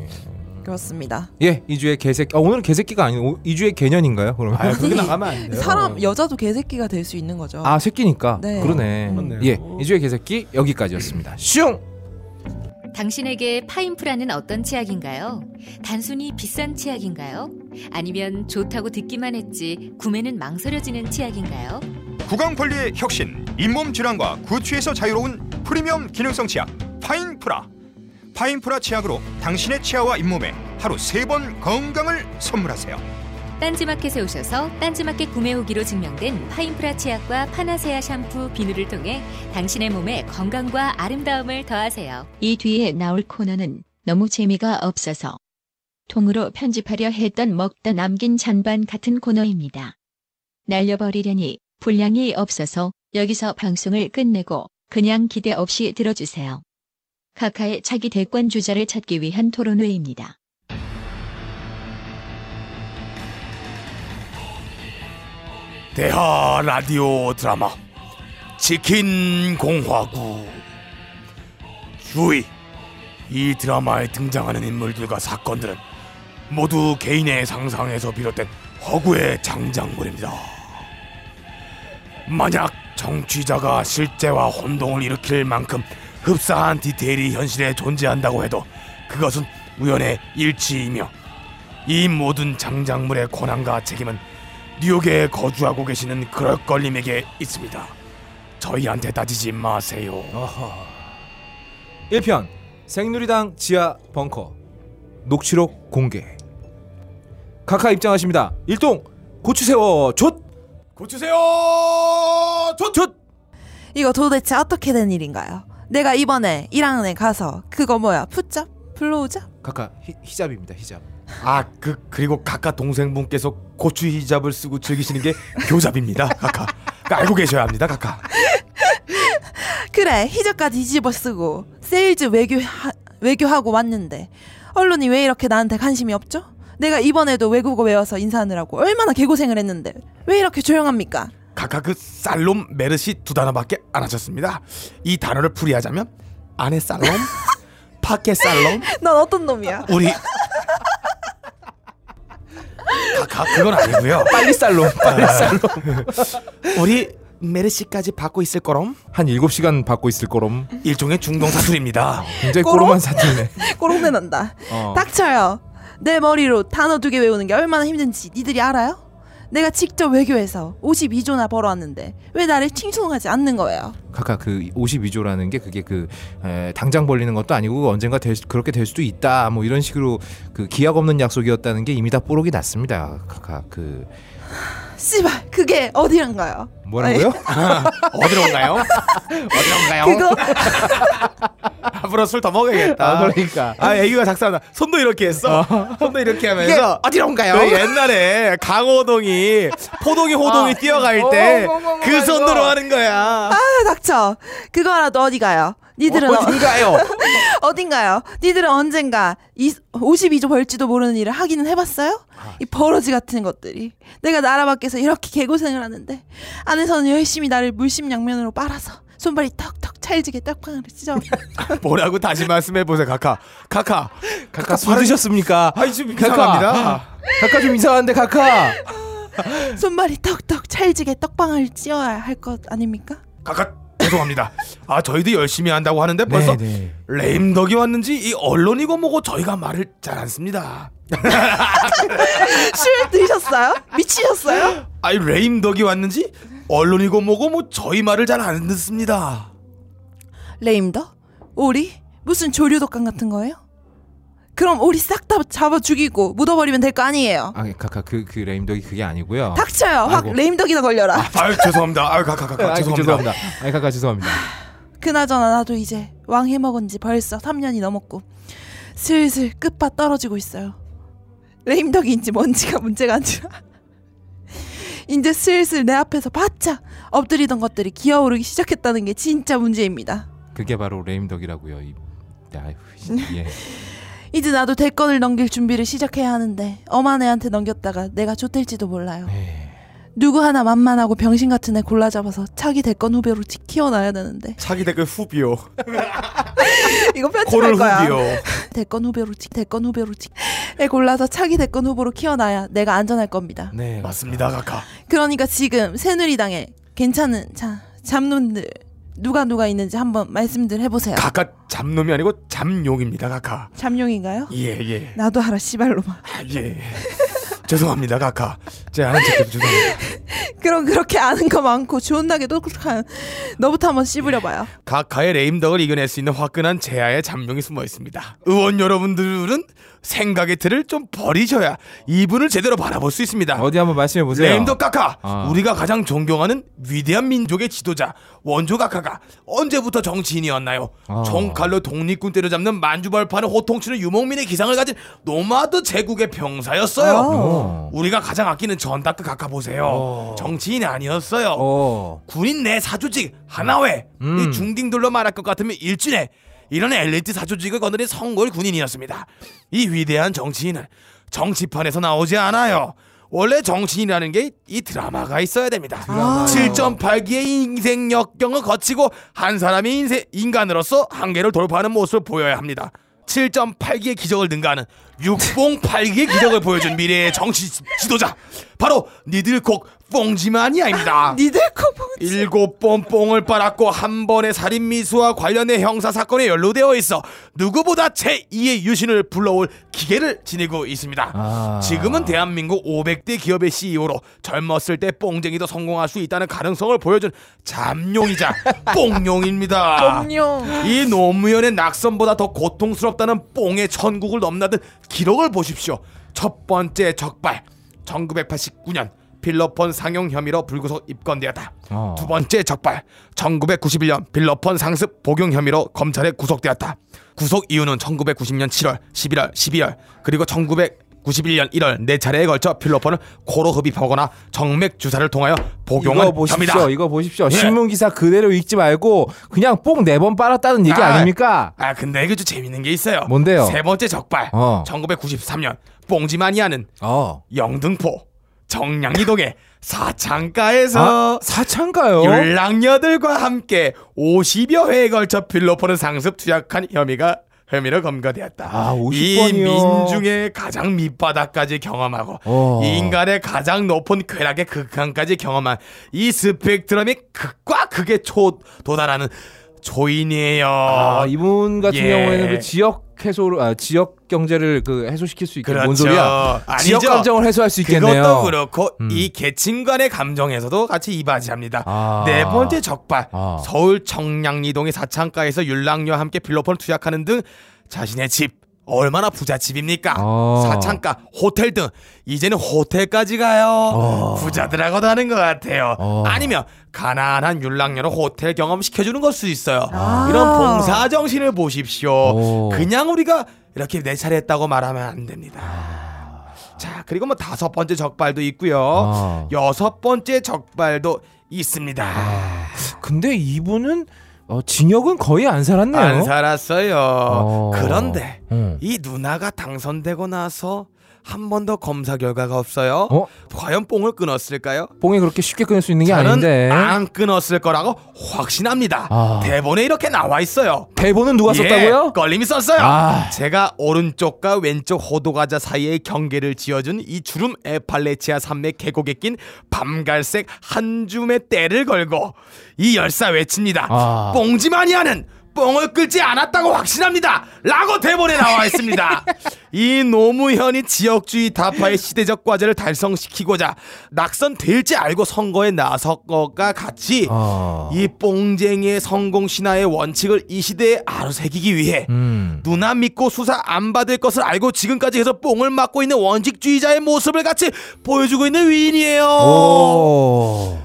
[SPEAKER 1] 그렇습니다.
[SPEAKER 2] 예, 이주의 개새끼. 아, 오늘은 개새끼가 아니고 이주의 개년인가요? 뭐 그러면.
[SPEAKER 3] 아, 그렇게
[SPEAKER 1] 아니,
[SPEAKER 3] 나가면 안 돼요. 어.
[SPEAKER 1] 사람 여자도 개새끼가 될 수 있는 거죠.
[SPEAKER 2] 네. 아, 새끼니까.
[SPEAKER 1] 네.
[SPEAKER 2] 그러네.
[SPEAKER 3] 그렇네요.
[SPEAKER 2] 예, 이주의 개새끼 여기까지였습니다. 슝.
[SPEAKER 4] 당신에게 파인프라는 어떤 치약인가요? 단순히 비싼 치약인가요? 아니면 좋다고 듣기만 했지 구매는 망설여지는 치약인가요?
[SPEAKER 5] 구강관리의 혁신, 잇몸 질환과 구취에서 자유로운 프리미엄 기능성 치약 파인프라. 파인프라 치약으로 당신의 치아와 잇몸에 하루 세 번 건강을 선물하세요.
[SPEAKER 4] 딴지마켓에 오셔서 딴지마켓 구매 후기로 증명된 파인프라 치약과 파나세아 샴푸 비누를 통해 당신의 몸에 건강과 아름다움을 더하세요.
[SPEAKER 6] 이 뒤에 나올 코너는 너무 재미가 없어서 통으로 편집하려 했던 먹다 남긴 잔반 같은 코너입니다. 날려버리려니 분량이 없어서 여기서 방송을 끝내고 그냥 기대 없이 들어주세요. 카카의 차기 대권 주자를 찾기 위한 토론회입니다.
[SPEAKER 3] 대하 라디오 드라마 치킨 공화국 주의 이 드라마에 등장하는 인물들과 사건들은 모두 개인의 상상에서 비롯된 허구의 장작물입니다. 만약 정취자가 실제와 혼동을 일으킬 만큼 흡사한 디테일이 현실에 존재한다고 해도 그것은 우연의 일치이며 이 모든 장작물의 권한과 책임은 뉴욕에 거주하고 계시는 그럴걸님에게 있습니다. 저희한테 따지지 마세요.
[SPEAKER 2] 1편 생누리당 지하 벙커 녹취록 공개 각하 입장하십니다. 1동 고추세워 좆!
[SPEAKER 3] 고추세요.
[SPEAKER 2] 좆! 좆!
[SPEAKER 1] 이거 도대체 어떻게 된 일인가요? 내가 이번에 1학년에 가서 그거 뭐야 풋잡? 블로우잡?
[SPEAKER 2] 각하 히, 히잡입니다. 히잡.
[SPEAKER 3] 아 그 그리고 각각 동생분께서 고추 히잡을 쓰고
[SPEAKER 2] [LAUGHS]
[SPEAKER 3] 즐기시는 게 교잡입니다. 각하. 그러니까 알고 계셔야 합니다. 각하.
[SPEAKER 1] 그래 희저까지 뒤집어 쓰고 세일즈 외교 외교하고 왔는데 언론이 왜 이렇게 나한테 관심이 없죠? 내가 이번에도 외국어 외워서 인사하느라고 얼마나 개고생을 했는데 왜 이렇게 조용합니까?
[SPEAKER 3] 각하 그 살롬 메르시 두 단어밖에 안 하셨습니다. 이 단어를 풀이하자면 안에 살롬, [LAUGHS] 밖에 살롬,
[SPEAKER 1] 넌 어떤 놈이야?
[SPEAKER 3] 우리 각하 그건 아니고요.
[SPEAKER 2] [LAUGHS] 빨리 살롬. 빨리 살롬.
[SPEAKER 3] [LAUGHS] 우리 메르시까지 받고 있을 거럼
[SPEAKER 2] 한 7시간 받고 있을 거럼
[SPEAKER 3] 일종의 중동 사투리입니다.
[SPEAKER 2] 굉장히
[SPEAKER 1] 꼬롬?
[SPEAKER 2] 꼬롬한 사투리네.
[SPEAKER 1] 꼬롱내 난다.
[SPEAKER 2] 어.
[SPEAKER 1] 닥쳐요. 내 머리로 단어 두 개 외우는 게 얼마나 힘든지 니들이 알아요? 내가 직접 외교해서 52조나 벌어왔는데 왜 나를 칭송하지 않는 거예요?
[SPEAKER 2] 각하 그 52조라는 게 그게 그 에, 당장 벌리는 것도 아니고 언젠가 될, 수- 그렇게 될 수도 있다. 뭐 이런 식으로 그 기약 없는 약속이었다는 게 이미 다 뽀록이 났습니다. 각하 그
[SPEAKER 1] 씨발 그게 어디란가요?
[SPEAKER 2] 뭐라고요?
[SPEAKER 3] 아, 예.
[SPEAKER 2] 아,
[SPEAKER 3] 어디론가요? 어디론가요?
[SPEAKER 1] 그거
[SPEAKER 3] [LAUGHS] 앞으로 술 더 먹어야겠다.
[SPEAKER 2] 아, 그러니까.
[SPEAKER 3] 아 애기가 작사한다. 손도 이렇게 했어. 손도 이렇게 하면서
[SPEAKER 2] 어디론가요?
[SPEAKER 3] 그 옛날에 강호동이 포동이 호동이 뛰어갈 때
[SPEAKER 2] 아. 어머, 어머, 어머,
[SPEAKER 3] 그
[SPEAKER 2] 이거.
[SPEAKER 3] 손으로 하는 거야.
[SPEAKER 1] 아, 닥쳐 그거라도 어디 가요? 니들은 어,
[SPEAKER 2] 어디가요?
[SPEAKER 1] [LAUGHS] 어딘가요? 니들은 언젠가 이 52조 벌지도 모르는 일을 하기는 해봤어요? 이 버러지 같은 것들이 내가 나라 밖에서 이렇게 개고생을 하는데 안에서는 열심히 나를 물심양면으로 빨아서 손발이 턱턱 찰지게 떡방울을 찢어
[SPEAKER 3] 뭐라고 다시 말씀해 보세요, 카카. 카카.
[SPEAKER 2] 각하 아, 술 드셨습니까?
[SPEAKER 3] 아이 좀
[SPEAKER 2] 각하.
[SPEAKER 3] 이상합니다.
[SPEAKER 2] 각하 좀 이상한데 각하.
[SPEAKER 3] 아,
[SPEAKER 1] 손발이 턱턱 찰지게 떡방울을 찧어야 할 것 아닙니까?
[SPEAKER 3] 카카 죄송합니다. 아 저희도 열심히 한다고 하는데 벌써
[SPEAKER 2] 네.
[SPEAKER 3] 레임덕이 왔는지 이 언론이고 뭐고 저희가 말을 잘 안 씁니다.
[SPEAKER 1] 술 드셨어요? 미치셨어요?
[SPEAKER 3] 아이 레임덕이 왔는지 언론이고 뭐고 뭐 저희 말을 잘 안 듣습니다.
[SPEAKER 1] 레임더? 오리? 무슨 조류독감 같은 거예요? 그럼 오리 싹 다 잡아 죽이고 묻어버리면 될 거 아니에요?
[SPEAKER 2] 아 각하 그 그 레임덕이 그게 아니고요.
[SPEAKER 1] 닥쳐요. 확
[SPEAKER 2] 아이고.
[SPEAKER 1] 레임덕이나 걸려라.
[SPEAKER 3] 아유 죄송합니다. 아유 카카
[SPEAKER 2] 아,
[SPEAKER 3] 카카
[SPEAKER 2] 아이고,
[SPEAKER 3] 죄송합니다.
[SPEAKER 2] 죄송합니다. 아 각하 죄송합니다.
[SPEAKER 1] 그나저나 나도 이제 왕 해먹은 지 벌써 3년이 넘었고 슬슬 끝밭 떨어지고 있어요. 레임덕인지 뭔지가 문제가 아니라 [LAUGHS] 이제 슬슬 내 앞에서 바짝 엎드리던 것들이 기어오르기 시작했다는 게 진짜 문제입니다.
[SPEAKER 2] 그게 바로 레임덕이라고요. 이, 아유,
[SPEAKER 3] [LAUGHS]
[SPEAKER 2] 예.
[SPEAKER 1] 이제 나도 대권을 넘길 준비를 시작해야 하는데 엄한 애한테 넘겼다가 내가 쫓될지도 몰라요.
[SPEAKER 3] 네.
[SPEAKER 1] 누구 하나 만만하고 병신 같은 애 골라 잡아서 차기 대권 후배로 키- 키워놔야 되는데 [LAUGHS]
[SPEAKER 3] 차기 댓글 후비요.
[SPEAKER 1] 이거 편집할
[SPEAKER 3] [LAUGHS] 코를
[SPEAKER 1] 거야.
[SPEAKER 3] 후비요.
[SPEAKER 1] [LAUGHS] 대권 후배로 찍 대권 후배로 찍에 골라서 차기 대권 후보로 키워놔야 내가 안전할 겁니다.
[SPEAKER 2] 네.
[SPEAKER 3] 맞습니다 카카.
[SPEAKER 1] 그러니까 지금 새누리당에 괜찮은 자 잡놈들 누가 누가 있는지 한번 말씀들 해보세요.
[SPEAKER 3] 카카 잡놈이 아니고 잡용입니다 카카.
[SPEAKER 1] 잠룡인가요?
[SPEAKER 3] 예 예.
[SPEAKER 1] 나도 알아 씨발로마. [LAUGHS]
[SPEAKER 3] 아, 예. 죄송합니다 카카. 제가 하는 짓 죄송합니다.
[SPEAKER 1] 그럼 그렇게 아는 거 많고 존나게 똑똑한 너부터 한번 씹으려봐요.
[SPEAKER 3] 각하의 레임덕을 이겨낼 수 있는 화끈한 제아의 잠룡이 숨어 있습니다. 의원 여러분들은 생각의 틀을 좀 버리셔야 이분을 제대로 바라볼 수 있습니다.
[SPEAKER 2] 어디 한번 말씀해 보세요.
[SPEAKER 3] 레임덕 각하,
[SPEAKER 2] 아.
[SPEAKER 3] 우리가 가장 존경하는 위대한 민족의 지도자 원조 각하가 언제부터 정치인이었나요?
[SPEAKER 2] 아.
[SPEAKER 3] 총칼로 독립군 때려잡는 만주벌판을 호통치는 유목민의 기상을 가진 노마드 제국의 병사였어요.
[SPEAKER 1] 뭐?
[SPEAKER 2] 어.
[SPEAKER 3] 우리가 가장 아끼는 전다크 각하 보세요.
[SPEAKER 2] 어.
[SPEAKER 3] 정치인이 아니었어요.
[SPEAKER 2] 어.
[SPEAKER 3] 군인 내 사조직 하나회
[SPEAKER 2] 음.
[SPEAKER 3] 이 중딩들로 말할 것 같으면 일진회 이런 엘리트 사조직을 거느린 성골 군인이었습니다. 이 위대한 정치인은 정치판에서 나오지 않아요.
[SPEAKER 7] 원래 정신이라는 게 이 드라마가 있어야 됩니다.
[SPEAKER 1] 드라마요.
[SPEAKER 7] 7.8기의 인생 역경을 거치고 한 사람이 인생, 인간으로서 한계를 돌파하는 모습을 보여야 합니다. 7.8기의 기적을 능가하는 6.8기의 기적을 보여준 미래의 정신 지- 지도자 바로 니들콕 뽕지마니아입니다.
[SPEAKER 1] 어, 니들 커봉지
[SPEAKER 7] 일곱 번 뽕을 빨았고 한 번의 살인 미수와 관련된 형사 사건에 연루되어 있어 누구보다 제2의 유신을 불러올 기계를 지니고 있습니다.
[SPEAKER 2] 아.
[SPEAKER 7] 지금은 대한민국 500대 기업의 CEO로 젊었을 때 뽕쟁이도 성공할 수 있다는 가능성을 보여준 잠룡이자 뽕룡입니다.
[SPEAKER 1] 뽕룡
[SPEAKER 7] 이 노무현의 낙선보다 더 고통스럽다는 뽕의 천국을 넘나든 기록을 보십시오. 첫 번째 적발 1989년 빌러폰 상용 혐의로 불구속 입건되었다.
[SPEAKER 2] 어.
[SPEAKER 7] 두 번째 적발 1991년 빌러폰 상습 복용 혐의로 검찰에 구속되었다. 구속 이유는 1990년 7월, 11월, 12월 그리고 1991년 1월 네 차례에 걸쳐 필러폰을 코로 흡입하거나 정맥 주사를 통하여
[SPEAKER 2] 이거
[SPEAKER 7] 복용한
[SPEAKER 2] 보십시오.
[SPEAKER 7] 혐의다. 네.
[SPEAKER 2] 이거 보십시오. 신문 기사 그대로 읽지 말고 그냥 뽕 네 번 빨았다는 얘기
[SPEAKER 7] 아.
[SPEAKER 2] 아, 닙니까
[SPEAKER 7] 아 근데 이게 좀 재밌는 게 있어요.
[SPEAKER 2] 뭔데요?
[SPEAKER 7] 세 번째 적발.
[SPEAKER 2] 어.
[SPEAKER 7] 1993년 뽕지마니아는
[SPEAKER 2] 어.
[SPEAKER 7] 영등포 정량이동의 사창가에서
[SPEAKER 2] 아, 사창가요?
[SPEAKER 7] 율랑녀들과 함께 50여 회에 걸쳐 필로폰을 상습 투약한 혐의가 혐의로 검거되었다.
[SPEAKER 2] 아,
[SPEAKER 7] 이
[SPEAKER 2] 50번이요.
[SPEAKER 7] 민중의 가장 밑바닥까지 경험하고
[SPEAKER 2] 어.
[SPEAKER 7] 인간의 가장 높은 쾌락의 극한까지 경험한 이 스펙트럼이 극과 극에 초 도달하는 조인이에요.
[SPEAKER 2] 아, 이분 같은
[SPEAKER 7] 예.
[SPEAKER 2] 경우에는 그 지역 해소로 아, 지역 경제를 그 해소시킬 수 있게 뭔
[SPEAKER 7] 그렇죠.
[SPEAKER 2] 소리야?
[SPEAKER 7] 아니죠.
[SPEAKER 2] 지역 감정을 해소할 수 있겠네요.
[SPEAKER 7] 그것도 그렇고
[SPEAKER 2] 음.
[SPEAKER 7] 이 계층 간의 감정에서도 같이 이바지합니다.
[SPEAKER 2] 아.
[SPEAKER 7] 네 번째 적발
[SPEAKER 2] 아.
[SPEAKER 7] 서울 청량리동의 사창가에서 율랑녀와 함께 빌로폰을 투약하는 등 자신의 집 얼마나 부잣집입니까?
[SPEAKER 2] 어.
[SPEAKER 7] 사창가, 호텔 등 이제는 호텔까지 가요.
[SPEAKER 2] 아.
[SPEAKER 7] 부자들하고도 하는 것 같아요.
[SPEAKER 2] 어.
[SPEAKER 7] 아니면 가난한 율랑녀를 호텔 경험시켜주는 걸 수도 있어요.
[SPEAKER 1] 아.
[SPEAKER 7] 이런 봉사 정신을 보십시오.
[SPEAKER 2] 오.
[SPEAKER 7] 그냥 우리가 이렇게 네 차례 했다고 말하면 안 됩니다. 자 그리고 뭐 다섯 번째 적발도 있고요.
[SPEAKER 2] 아.
[SPEAKER 7] 여섯 번째 적발도 있습니다.
[SPEAKER 2] 근데 이분은 어, 징역은 거의 안 살았네요.
[SPEAKER 7] 안 살았어요.
[SPEAKER 2] 어.
[SPEAKER 7] 그런데
[SPEAKER 2] 응.
[SPEAKER 7] 이 누나가 당선되고 나서 한 번 더 검사 결과가 없어요.
[SPEAKER 2] 어?
[SPEAKER 7] 과연 뽕을 끊었을까요?
[SPEAKER 2] 뽕이 그렇게 쉽게 끊을 수 있는 게
[SPEAKER 7] 저는
[SPEAKER 2] 아닌데.
[SPEAKER 7] 안 끊었을 거라고 확신합니다.
[SPEAKER 2] 아.
[SPEAKER 7] 대본에 이렇게 나와 있어요.
[SPEAKER 2] 대본은 누가
[SPEAKER 7] 예,
[SPEAKER 2] 썼다고요?
[SPEAKER 7] 걸림이 썼어요.
[SPEAKER 2] 아.
[SPEAKER 7] 제가 오른쪽과 왼쪽 호두과자 사이의 경계를 지어준 이 주름 에팔레치아 산맥 계곡에 낀 밤갈색 한 줌의 때를 걸고 이 열사 외칩니다.
[SPEAKER 2] 아.
[SPEAKER 7] 뽕지마니아는 뽕을 끌지 않았다고 확신합니다. 라고 대본에 나와 [LAUGHS] 있습니다. 이 노무현이 지역주의 다파의 시대적 과제를 달성시키고자 낙선될지 알고 선거에 나선 것과 같이
[SPEAKER 2] 어.
[SPEAKER 7] 이 뽕쟁이의 성공 신화의 원칙을 이 시대에 아로새기기 위해
[SPEAKER 2] 음.
[SPEAKER 7] 누나 믿고 수사 안 받을 것을 알고 지금까지 계속 뽕을 맞고 있는 원칙주의자의 모습을 같이 보여주고 있는 위인이에요.
[SPEAKER 2] 오.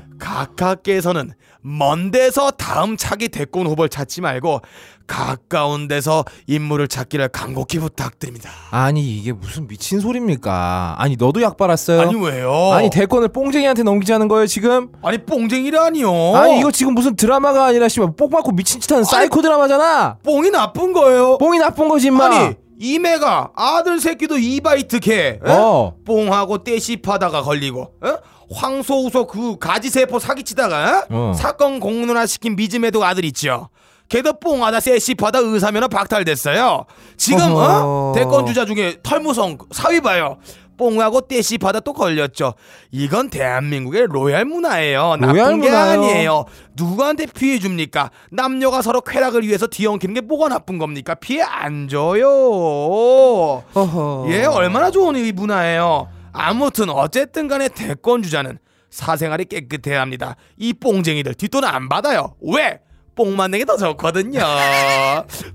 [SPEAKER 7] 각하께서는 먼 데서 다음 차기 대권 후보를 찾지 말고 가까운 데서 인물을 찾기를 간곡히 부탁드립니다.
[SPEAKER 2] 아니 이게 무슨 미친 소리입니까? 아니 너도 약 빨았어요?
[SPEAKER 7] 아니 왜요?
[SPEAKER 2] 아니, 대권을 뽕쟁이한테 넘기자는 거예요 지금?
[SPEAKER 7] 아니 뽕쟁이라니요.
[SPEAKER 2] 아니 이거 지금 무슨 드라마가 아니라 씨발 뽕 맞고 미친 짓 하는 사이코 드라마잖아.
[SPEAKER 7] 뽕이 나쁜 거예요.
[SPEAKER 2] 뽕이 나쁜 거지 인마.
[SPEAKER 7] 어. 아니 이매가 아들 새끼도 이바이트 개. 에?
[SPEAKER 2] 어.
[SPEAKER 7] 뽕하고 떼씹하다가 걸리고 어? 황소우소 그 가지세포 사기치다가 어?
[SPEAKER 2] 어.
[SPEAKER 7] 사건 공론화시킨 미즈메도 아들 있죠 걔도 뽕하다 떼씹하다 의사면허 박탈됐어요 지금 어?
[SPEAKER 2] 어허.
[SPEAKER 7] 대권주자 중에 털무성 사위 봐요 뽕하고 떼씹하다 또 걸렸죠 이건 대한민국의 로얄 문화예요 나쁜
[SPEAKER 2] 로얄
[SPEAKER 7] 게
[SPEAKER 2] 문화요.
[SPEAKER 7] 아니에요 누구한테 피해 줍니까 남녀가 서로 쾌락을 위해서 뒤엉키는 게 뭐가 나쁜 겁니까 피해 안 줘요
[SPEAKER 2] 허허.
[SPEAKER 7] 예,
[SPEAKER 1] 어.
[SPEAKER 7] 얼마나 좋은 이 문화예요. 아무튼 어쨌든 간에 대권 주자는 사생활이 깨끗해야 합니다. 이 뽕쟁이들 뒷돈 안 받아요. 왜? 뽕만 내게 더 좋거든요.
[SPEAKER 1] [LAUGHS]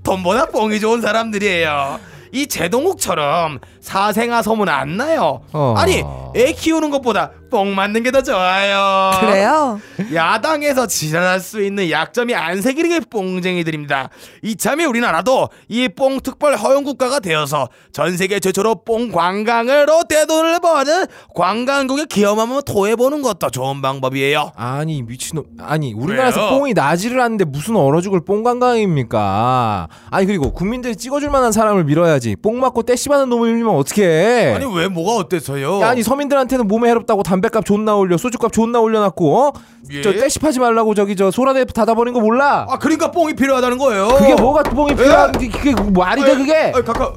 [SPEAKER 7] 돈보다 뽕이 좋은 사람들이에요. 이 제동욱처럼 사생아 소문 안 나요.
[SPEAKER 2] 어.
[SPEAKER 7] 아니, 애 키우는 것보다 뽕 맞는 게 더 좋아요.
[SPEAKER 1] 그래요?
[SPEAKER 7] 야당에서 지랄할 수 있는 약점이 안 새기는 게 뽕쟁이들입니다. 이참에 우리나라도 이 뽕 특별 허용 국가가 되어서 전 세계 최초로 뽕 관광으로 대돈을 버는 관광국의 기업 한번 토해보는 것도 좋은 방법이에요.
[SPEAKER 2] 아니 미친놈 아니 우리나라에서
[SPEAKER 7] 왜요?
[SPEAKER 2] 뽕이 나지를 않는데 무슨 얼어 죽을 뽕 관광입니까 아니 그리고 국민들이 찍어줄 만한 사람을 해야지. 뽕 맞고 떼씹하는 놈이면 어떡해.
[SPEAKER 3] 아니 왜 뭐가 어때서요?
[SPEAKER 2] 네. 야, 아니 서민들한테는 몸에 해롭다고 담배값 존나 올려 소주값 존나 올려놨고 어?
[SPEAKER 3] 예?
[SPEAKER 2] 저 떼씹하지 말라고 저기 저 소라대 닫아버린 거 몰라
[SPEAKER 3] 아 그러니까 뽕이 필요하다는 거예요.
[SPEAKER 2] 그게 뭐가 뽕이 필요한 게 그게 말이 돼 그게
[SPEAKER 3] 아 가까.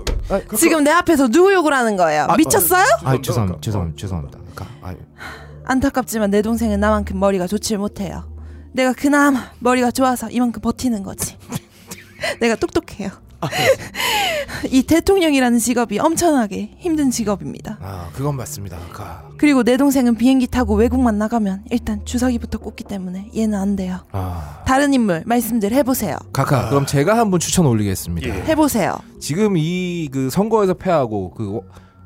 [SPEAKER 1] 지금 내 앞에서 누구 욕을 하는 거예요? 미쳤어요?
[SPEAKER 2] 아 죄송합니다 죄송합니다 죄송합니다 가- 아,
[SPEAKER 1] 안타깝지만 내 동생은 나만큼 머리가 좋지 못해요. 내가 그나마 머리가 좋아서 이만큼 버티는 거지. [LAUGHS] 내가 똑똑해요. [LAUGHS] 이 대통령이라는 직업이 엄청나게 힘든 직업입니다.
[SPEAKER 2] 아 그건 맞습니다 그러니까. 가.
[SPEAKER 1] 그리고 내 동생은 비행기 타고 외국만 나가면 일단 주사기부터 꽂기 때문에 얘는 안 돼요.
[SPEAKER 2] 아
[SPEAKER 1] 다른 인물 말씀들 해보세요.
[SPEAKER 2] 카카 그럼 제가 한번 추천 올리겠습니다
[SPEAKER 1] 해보세요.
[SPEAKER 2] 지금 이 그 선거에서 패하고 그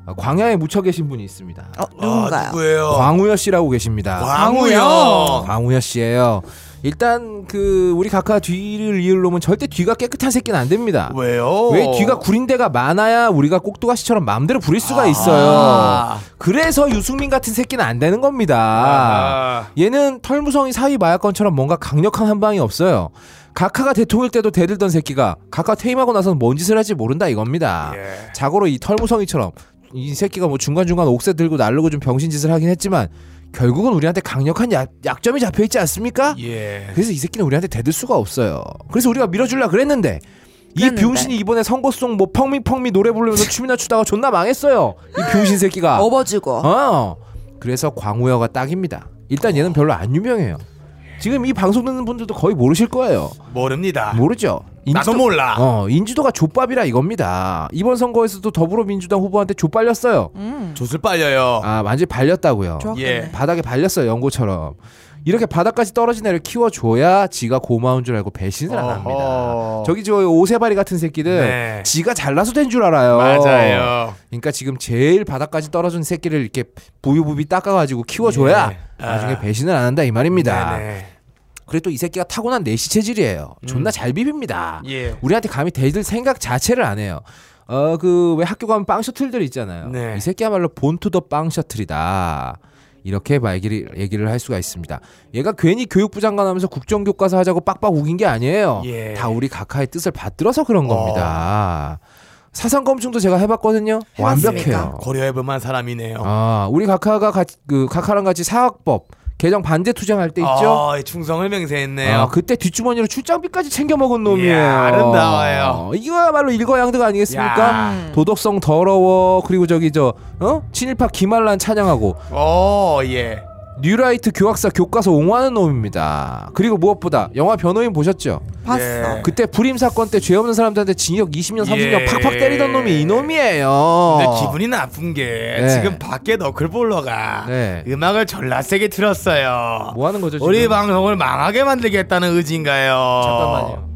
[SPEAKER 2] 어, 광야에 묻혀 계신 분이 있습니다
[SPEAKER 1] 어,
[SPEAKER 3] 아,
[SPEAKER 1] 누군가요?
[SPEAKER 3] 누구예요?
[SPEAKER 2] 광우여 씨라고 계십니다
[SPEAKER 3] 광우요.
[SPEAKER 2] 강우야 씨예요. 일단 그 우리 각하 뒤를 이을 놈은 절대 뒤가 깨끗한 새끼는 안 됩니다.
[SPEAKER 3] 왜요?
[SPEAKER 2] 왜 뒤가 구린 데가 많아야 우리가 꼭두가시처럼 마음대로 부릴 수가 있어요.
[SPEAKER 3] 아.
[SPEAKER 2] 그래서 유승민 같은 새끼는 안 되는 겁니다.
[SPEAKER 3] 아.
[SPEAKER 2] 얘는 털무성이 사위 마약건처럼 뭔가 강력한 한방이 없어요. 각하가 대통령 때도 대들던 새끼가 각하 퇴임하고 나서는 뭔 짓을 할지 모른다 이겁니다.
[SPEAKER 3] 예.
[SPEAKER 2] 자고로 이 털무성이처럼 이 새끼가 뭐 중간중간 옥새 들고 날르고 좀 병신짓을 하긴 했지만 결국은 우리한테 강력한 약, 약점이 잡혀 있지 않습니까?
[SPEAKER 3] 예.
[SPEAKER 2] 그래서 이 새끼는 우리한테 대들 수가 없어요. 그래서 우리가 밀어주려 그랬는데 이
[SPEAKER 1] 그랬는데.
[SPEAKER 2] 병신이 이번에 선거송 뭐 펑미펑미 노래 부르면서 춤이나 추다가 존나 망했어요. 이 병신 새끼가.
[SPEAKER 1] 업어주고 뭐?
[SPEAKER 2] 어. 그래서 광우여가 딱입니다. 일단 얘는 별로 안 유명해요. 지금 이 방송 듣는 분들도 거의 모르실 거예요.
[SPEAKER 3] 모릅니다.
[SPEAKER 2] 모르죠.
[SPEAKER 3] 나도
[SPEAKER 2] 인지도-
[SPEAKER 3] 몰라.
[SPEAKER 2] 어, 인지도가 족밥이라 이겁니다. 이번 선거에서도 더불어민주당 후보한테 족발렸어요.
[SPEAKER 3] 음. 젖을 빨려요.
[SPEAKER 2] 아, 완전히 발렸다고요.
[SPEAKER 1] 좋았겠네.
[SPEAKER 2] 예, 바닥에 발렸어요, 연고처럼. 이렇게 바닥까지 떨어진 애를 키워줘야 지가 고마운 줄 알고 배신을 안 합니다.
[SPEAKER 3] 어허.
[SPEAKER 2] 저기 저 오세바리 같은 새끼들
[SPEAKER 3] 네.
[SPEAKER 2] 지가 잘나서 된 줄 알아요.
[SPEAKER 3] 맞아요.
[SPEAKER 2] 그러니까 지금 제일 바닥까지 떨어진 새끼를 이렇게 부유부비 닦아가지고 키워줘야
[SPEAKER 3] 네. 아.
[SPEAKER 2] 나중에 배신을 안 한다 이 말입니다.
[SPEAKER 3] 네네. 음.
[SPEAKER 2] 그리고 또 이 새끼가 타고난 내시 체질이에요. 존나 잘 비빕니다.
[SPEAKER 3] 예.
[SPEAKER 2] 우리한테 감히 대들 생각 자체를 안 해요. 어 그 왜 학교 가면 빵 셔틀들 있잖아요.
[SPEAKER 3] 네.
[SPEAKER 2] 이 새끼야말로 본투 더 빵 셔틀이다. 이렇게 말 얘기를, 얘기를 할 수가 있습니다. 얘가 괜히 교육부 장관 하면서 국정교과서 하자고 빡빡 우긴 게 아니에요.
[SPEAKER 3] 예. 어.
[SPEAKER 2] 다 우리 각하의 뜻을 받들어서 그런 겁니다. 사상 검증도 제가 해봤거든요.
[SPEAKER 1] 해봤습니까?
[SPEAKER 2] 완벽해요.
[SPEAKER 3] 고려해볼만 사람이네요.
[SPEAKER 2] 아 우리 각하가 같이, 그 각하랑 같이 사학법 개정 반대 투쟁할 때 있죠.
[SPEAKER 3] 아, 충성을 맹세했네요.
[SPEAKER 2] 아, 그때 뒷주머니로 출장비까지 챙겨 먹은 놈이에요.
[SPEAKER 3] 이야, 아름다워요.
[SPEAKER 2] 어, 이거야말로 일거양득 아니겠습니까?
[SPEAKER 3] 야.
[SPEAKER 2] 도덕성 더러워. 그리고 저기 저 어? 친일파 김한란 찬양하고
[SPEAKER 3] 어, 예.
[SPEAKER 2] 뉴라이트 교학사 교과서 옹호하는 놈입니다. 그리고 무엇보다 영화 변호인 보셨죠?
[SPEAKER 1] 봤어.
[SPEAKER 3] 예.
[SPEAKER 2] 그때 불임 사건 때 죄 없는 사람들한테 징역 20년 30년
[SPEAKER 3] 예.
[SPEAKER 2] 팍팍 때리던 놈이 이 놈이에요.
[SPEAKER 3] 근데 기분이 나쁜 게
[SPEAKER 2] 어. 네.
[SPEAKER 3] 지금 밖에 너클 볼러가
[SPEAKER 2] 네.
[SPEAKER 3] 음악을 졸라 세게 틀었어요.
[SPEAKER 2] 뭐 하는 거죠?
[SPEAKER 3] 우리
[SPEAKER 2] 지금?
[SPEAKER 3] 방송을 망하게 만들겠다는 의지인가요?
[SPEAKER 2] 잠깐만요.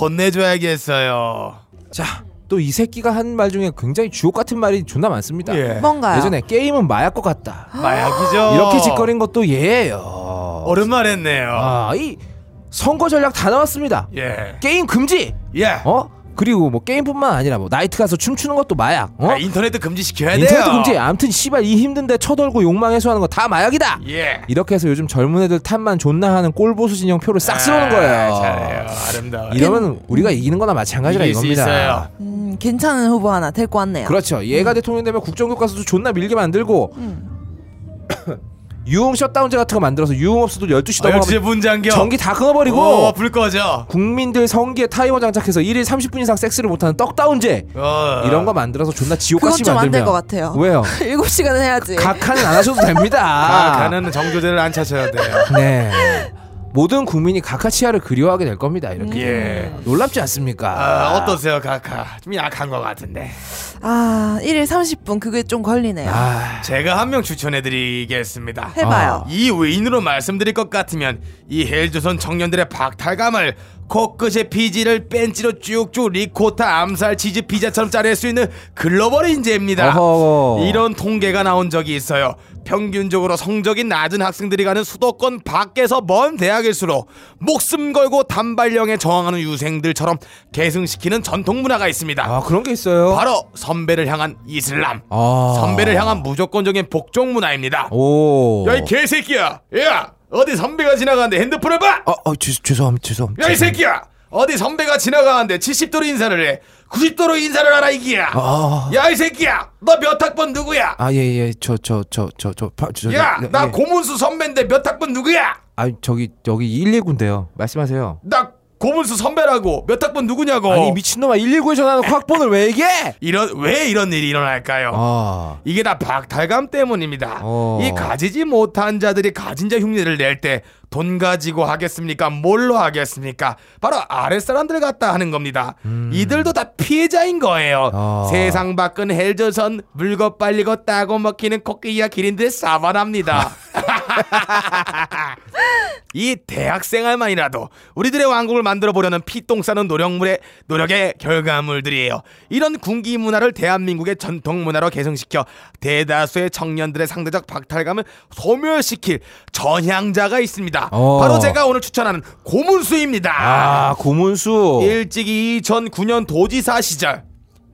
[SPEAKER 3] 혼내줘야겠어요.
[SPEAKER 2] 자, 또 이 새끼가 한 말 중에 굉장히 주옥 같은 말이 존나 많습니다.
[SPEAKER 3] 예. 아.
[SPEAKER 1] 뭔가요?
[SPEAKER 2] 예전에 게임은 마약 것 같다.
[SPEAKER 3] 마약이죠.
[SPEAKER 2] 이렇게 짓거린 것도 얘예요.
[SPEAKER 3] 어, 오랜만에 했네요.
[SPEAKER 2] 아, 이 선거 전략 다 나왔습니다.
[SPEAKER 3] 예.
[SPEAKER 2] 게임 금지.
[SPEAKER 3] 예.
[SPEAKER 2] 어? 그리고 뭐 게임뿐만 아니라 뭐 나이트 가서 춤추는 것도 마약. 어?
[SPEAKER 3] 아, 인터넷도 금지시켜야 돼요.
[SPEAKER 2] 인터넷 금지. 아무튼 씨발 이 힘든데 쳐돌고 욕망 해소하는 거 다 마약이다.
[SPEAKER 3] 예.
[SPEAKER 2] 이렇게 해서 요즘 젊은 애들 탓만 존나 하는 꼴보수 진영 표를 싹 쓸어오는 거예요.
[SPEAKER 3] 아, 잘해요. 아름다워.
[SPEAKER 2] 이러면 우리가 이기는 거나 마찬가지라
[SPEAKER 3] 이길 수
[SPEAKER 2] 이겁니다.
[SPEAKER 3] 있어요.
[SPEAKER 1] 음, 괜찮은 후보 하나 데리고 왔네요. [LAUGHS]
[SPEAKER 2] 그렇죠. 얘가
[SPEAKER 1] 음.
[SPEAKER 2] 대통령 되면 국정교과서도 존나 밀게 만들고 [COUGHS] 유흥 셧다운제 같은 거 만들어서 유흥업소도 12시
[SPEAKER 3] 어,
[SPEAKER 2] 넘어가면
[SPEAKER 3] 역시 문장경.
[SPEAKER 2] 전기 다 끊어버리고
[SPEAKER 3] 오, 불 꺼져.
[SPEAKER 2] 국민들 성기에 타이머 장착해서 일일 30분 이상 섹스를 못하는 떡다운제
[SPEAKER 3] 어.
[SPEAKER 2] 이런 거 만들어서 존나 지옥같이
[SPEAKER 1] 그건 좀
[SPEAKER 2] 만들면
[SPEAKER 1] 안 될 것 같아요. 네.
[SPEAKER 2] 왜요?
[SPEAKER 1] 7시간은 해야지.
[SPEAKER 2] 각하는 안 하셔도
[SPEAKER 3] 아,
[SPEAKER 2] 됩니다.
[SPEAKER 3] [LAUGHS] 가는 정조제를 안 찾아야 돼요.
[SPEAKER 2] 네. 모든 국민이 각하 치아를 그리워하게 될 겁니다. 이렇게
[SPEAKER 3] 예.
[SPEAKER 2] 놀랍지 않습니까?
[SPEAKER 3] 아, 어떠세요, 카카? 좀 약한 것 같은데.
[SPEAKER 1] 아, 1일 30분 그게 좀 걸리네요.
[SPEAKER 2] 아,
[SPEAKER 3] 제가 한 명 추천해드리겠습니다.
[SPEAKER 1] 해봐요.
[SPEAKER 3] 이 외인으로 말씀드릴 것 같으면 이 헬조선 청년들의 박탈감을 코끝의 피지를 벤치로 쭉쭉 리코타 암살 치즈 피자처럼 자를 수 있는 글로벌 인재입니다.
[SPEAKER 2] 어허.
[SPEAKER 3] [LAUGHS] 이런 통계가 나온 적이 있어요. 평균적으로 성적이 낮은 학생들이 가는 수도권 밖에서 먼 대학일수록 목숨 걸고 단발령에 저항하는 유생들처럼 계승시키는 전통 문화가 있습니다.
[SPEAKER 2] 아 그런 게 있어요.
[SPEAKER 3] 바로 선배를 향한 이슬람,
[SPEAKER 2] 아.
[SPEAKER 3] 선배를 향한 무조건적인 복종 문화입니다.
[SPEAKER 2] 오.
[SPEAKER 3] 야 이 개새끼야, 야 어디 선배가 지나가는데 핸드폰을 봐.
[SPEAKER 2] 아, 아 죄, 죄송합니다. 죄송합니다.
[SPEAKER 3] 야 이 새끼야, 어디 선배가 지나가는데 70도로 인사를 해 90도로 인사를 하라 이기야
[SPEAKER 2] 아,
[SPEAKER 3] 야 이 새끼야 너 몇 학번 누구야
[SPEAKER 2] 아, 예, 예, 저, 저, 저, 저, 저, 파- 저, 저
[SPEAKER 3] 야
[SPEAKER 2] 예,
[SPEAKER 3] 나
[SPEAKER 2] 예.
[SPEAKER 3] 고문수 선배인데 몇 학번 누구야
[SPEAKER 2] 아, 저기 여기 119인데요. 말씀하세요.
[SPEAKER 3] 나 고문수 선배라고 몇 학번 누구냐고
[SPEAKER 2] 아니 미친놈아 119에 전화하는 확번을 왜 얘기해?
[SPEAKER 3] 이런 왜 이런 일이 일어날까요
[SPEAKER 2] 아,
[SPEAKER 3] 이게 다 박탈감 때문입니다.
[SPEAKER 2] 어.
[SPEAKER 3] 이 가지지 못한 자들이 가진 자 흉내를 낼 때 돈 가지고 하겠습니까? 뭘로 하겠습니까? 바로 아랫사람들 같다 하는 겁니다. 이들도 다 피해자인 거예요.
[SPEAKER 2] 음. 어.
[SPEAKER 3] 세상 밖은 헬조선 물고 빨리고 따고 먹히는 코끼리와 기린들
[SPEAKER 2] [LAUGHS]
[SPEAKER 3] 사바랍니다. [LAUGHS] 이 대학생활만이라도 우리들의 왕국을 만들어 보려는 피똥 싸는 노력물의 노력의 결과물들이에요. 이런 군기 문화를 대한민국의 전통 문화로 개성시켜 대다수의 청년들의 상대적 박탈감을 소멸시킬 전향자가 있습니다.
[SPEAKER 2] 어.
[SPEAKER 3] 바로 제가 오늘 추천하는 고문수입니다.
[SPEAKER 2] 아 고문수.
[SPEAKER 3] 일찍이 2009년 도지사 시절